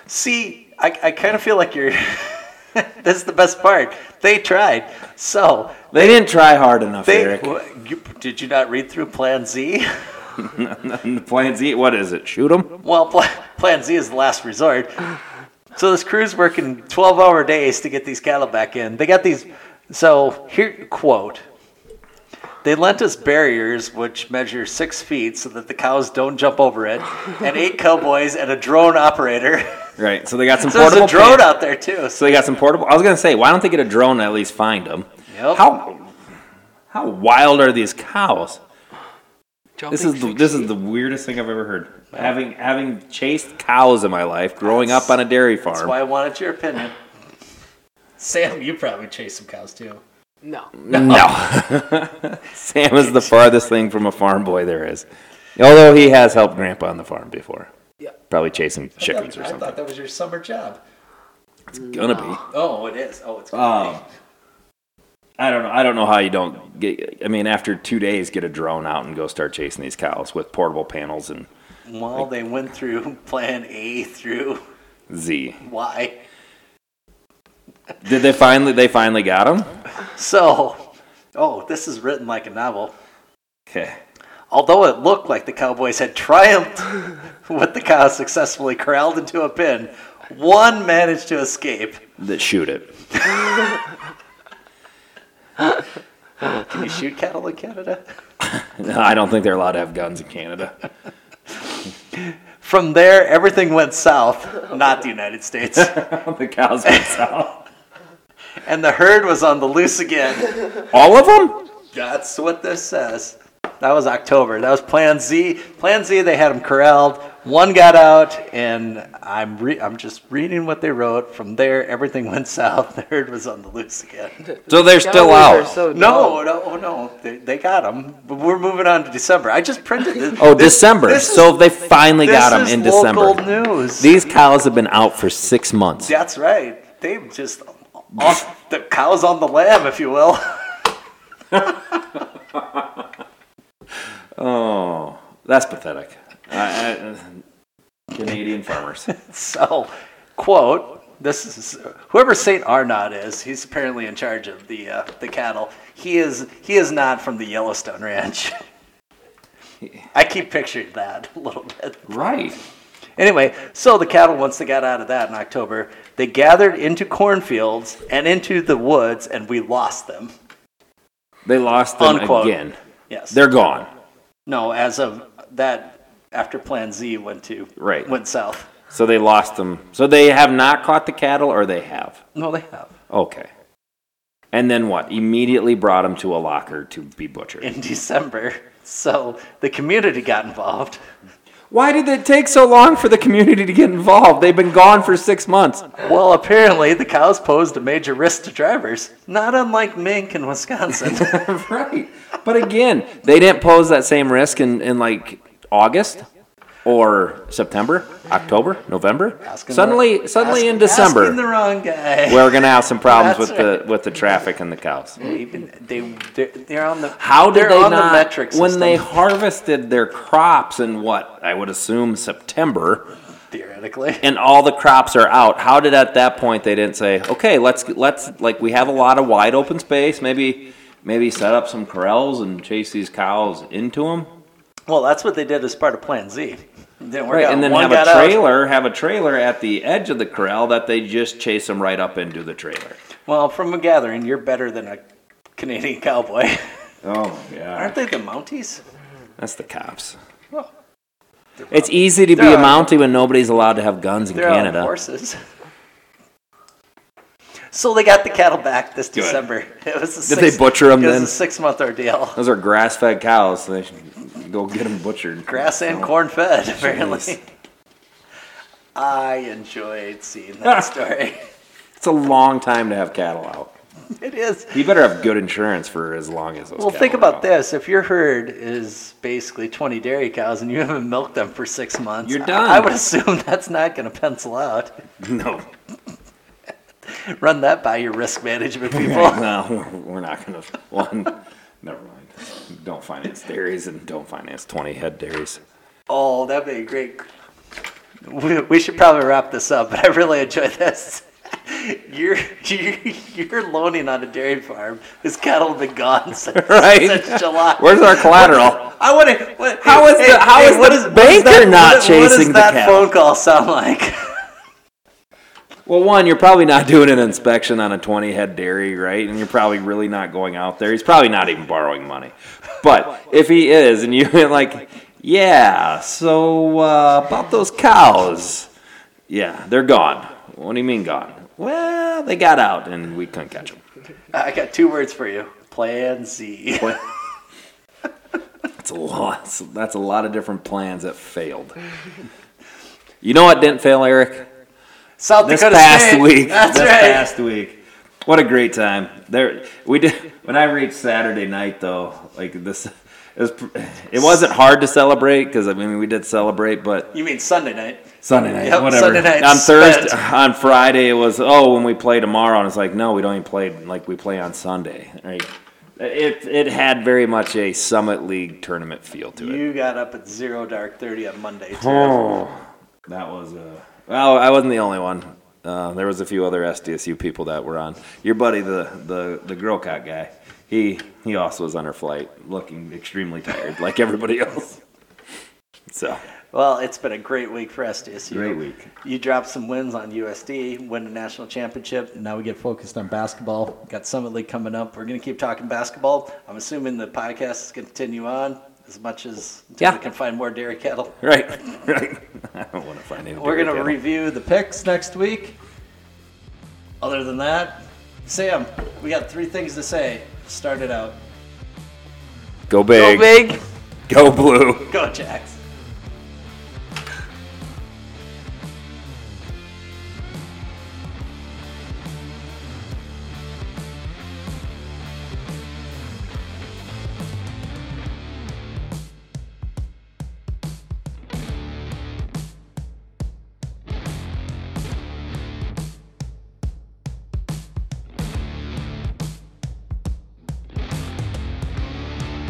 See, I, I kind of feel like you're. [LAUGHS] That's the best part. They tried. So they didn't try hard enough, They, Eric? wh- you, did you not read through Plan Z? [LAUGHS] And the Plan Z, what is it? Shoot them? well, pl- Plan Z is the last resort. So this crew's working 12-hour days to get these cattle back in. They got these. So here, quote. They lent us barriers which [LAUGHS] measure six feet so that the cows don't jump over it, and eight cowboys and a drone operator. [LAUGHS] Right. So they got some So there's portable a drone pants. out there too. So they got some portable. I was gonna say, why don't they get a drone and at least find them? Yep. How how wild are these cows? This is the, this is the weirdest thing I've ever heard. Having having chased cows in my life, growing up on a dairy That's farm. why I wanted [LAUGHS] your opinion. Sam, you probably chased some cows too. No. No, [LAUGHS] Sam is the farthest thing from a farm boy there is. Although he has helped Grandpa on the farm before. Yeah. Probably chasing I chickens thought, or I something. thought that was your summer job. Gonna be. Oh, it is. Oh, it's Um, I don't know. I don't know how you don't get. I mean, after two days, get a drone out and go start chasing these cows with portable panels and Well, they went through [LAUGHS] plan A through [LAUGHS] Z. Y. Did they finally? They finally got them. So, oh, this is written like a novel. Okay. Although it looked like the Cowboys had triumphed [LAUGHS] with the cow successfully corralled into a pen, one managed to escape. That shoot it. Can you shoot cattle in Canada? No, I don't think they're allowed to have guns in Canada. [LAUGHS] From there, everything went south, not the United [LAUGHS] States. the cows [LAUGHS] went south. And the herd was on the loose again. All of them? That's what this says. That was October. That was Plan Z. Plan Z, they had them corralled. One got out, and I'm, re- I'm just reading what they wrote. From there, everything [LAUGHS] went south. The herd was on the loose again. So they're still Cowboys are out. So No, dumb. no, oh, no. They, they got them. But we're moving on to December. I just printed this. [LAUGHS] Oh, December. this is- so they finally this got them is in local December. news. These cows have been out for six months. That's right. They've just off the cows on the lamb, if you will. [LAUGHS] Oh, that's pathetic. I- I- Canadian [LAUGHS] farmers. So, quote, this is whoever Saint Arnaud is. He's apparently in charge of the uh, the cattle. He is he is not from the Yellowstone Ranch. I keep picturing that a little bit. Right. Anyway, so the cattle once they got out of that in October, they gathered into cornfields and into the woods, and we lost them. They lost them Unquote. again. Yes. They're gone. no, as of that after Plan Z went to Right. went south. So they lost them. So they have not caught the cattle, or they have. No, they have Okay. And then what? Immediately brought them to a locker to be butchered. in December. So the community got involved. Why did it take so long for the community to get involved? They've been gone for six [LAUGHS] months. Well, apparently the cows posed a major risk to drivers, not unlike mink in Wisconsin. right. But again, they didn't pose that same risk in, in like August or September, October, November. Asking the- Suddenly, suddenly in December, Asking the wrong [LAUGHS] guy. we're gonna have some problems with That's the with the traffic and the cows. Even they, they're, they're on the. How did they're they on not the metric system, when they harvested their crops in what I would assume September, theoretically? and all the crops are out? How did at that point they didn't say, okay, let's let's like we have a lot of wide open space, maybe maybe set up some corrals and chase these cows into them? Well, that's what they did as part of Plan Z. Didn't work Right, out. and then One have got a out. trailer, have a trailer at the edge of the corral that they just chase them right up into the trailer. Well, from a gathering, you're better than a Canadian cowboy. [LAUGHS] Oh yeah, Aren't they the Mounties? that's the cops. It's easy to be They're a on- Mountie when nobody's allowed to have guns in They're on Canada. horses. So they got the cattle back this Good. December. It was a Did they six- butcher 'em it was then? a six-month ordeal. Those are grass-fed cows, so they should go get them butchered. Grass and corn fed, apparently. Jeez. [LAUGHS] I enjoyed seeing [LAUGHS] that story. [LAUGHS] It's a long time to have cattle out. It is. You better have good insurance for as long as those. Well, cattle think are about out. this. If your herd is basically 20 dairy cows and you haven't milked them for six months, You're I- done. I would assume [LAUGHS] that's not going to pencil out. No, [LAUGHS] Run that by your [LAUGHS] risk management people. no, we're- we're not gonna. One, never mind. Don't finance dairies and don't finance twenty head dairies. oh, that'd be a great. We, we should probably wrap this up, but I really enjoyed this. [LAUGHS] You're, you're, you're loaning on a dairy farm. This cattle have been gone since, [LAUGHS] Right. since July. Where's our collateral? I want to. What, How is the- how is the banker not what chasing does the that cow? phone call sound like? [LAUGHS] Well, one, you're probably not doing an inspection on a 20 head dairy, right? And you're probably really not going out there. He's probably not even borrowing money. But if he is, [LAUGHS] and you're like, yeah, so uh, about those cows, Yeah, they're gone. What do you mean gone? Well, they got out and we couldn't catch them. I got two words for you. Plan Z. That's a lot. that's- That's a lot of different plans that failed. You know what didn't fail, Eric? South This Dakota past State. week. That's this right. past week. What a great time. There we did when I reached Saturday night though, like this it, was, pr- it wasn't hard to celebrate because I mean we did celebrate, but You mean Sunday night? Sunday night, Yep, whatever. Sunday night, on Thursday, spent. on Friday, it was oh when we play tomorrow, and it's like no, we don't even play like we play on Sunday. Right? It it had very much a Summit League tournament feel to it. You got up at zero dark thirty on Monday too. Oh, that was a well. I wasn't the only one. Uh, there was a few other SDSU people that were on. Your buddy, the the the Girl Cot guy, he he also was on her flight, looking extremely tired, like everybody else. So Well, it's been a great week for SDSU. great week. You dropped some wins on USD, win the national championship. And now we get focused on basketball. Got Summit League coming up. We're going to keep talking basketball. I'm assuming the podcast is going to continue on as much as until Yeah. we can find more dairy cattle. Right, [LAUGHS] right. I don't want to find any. We're going to read. review the picks next week. Other than that, Sam, we got three things to say. Start it out. Go Go big. big. Go blue. Go, Jax.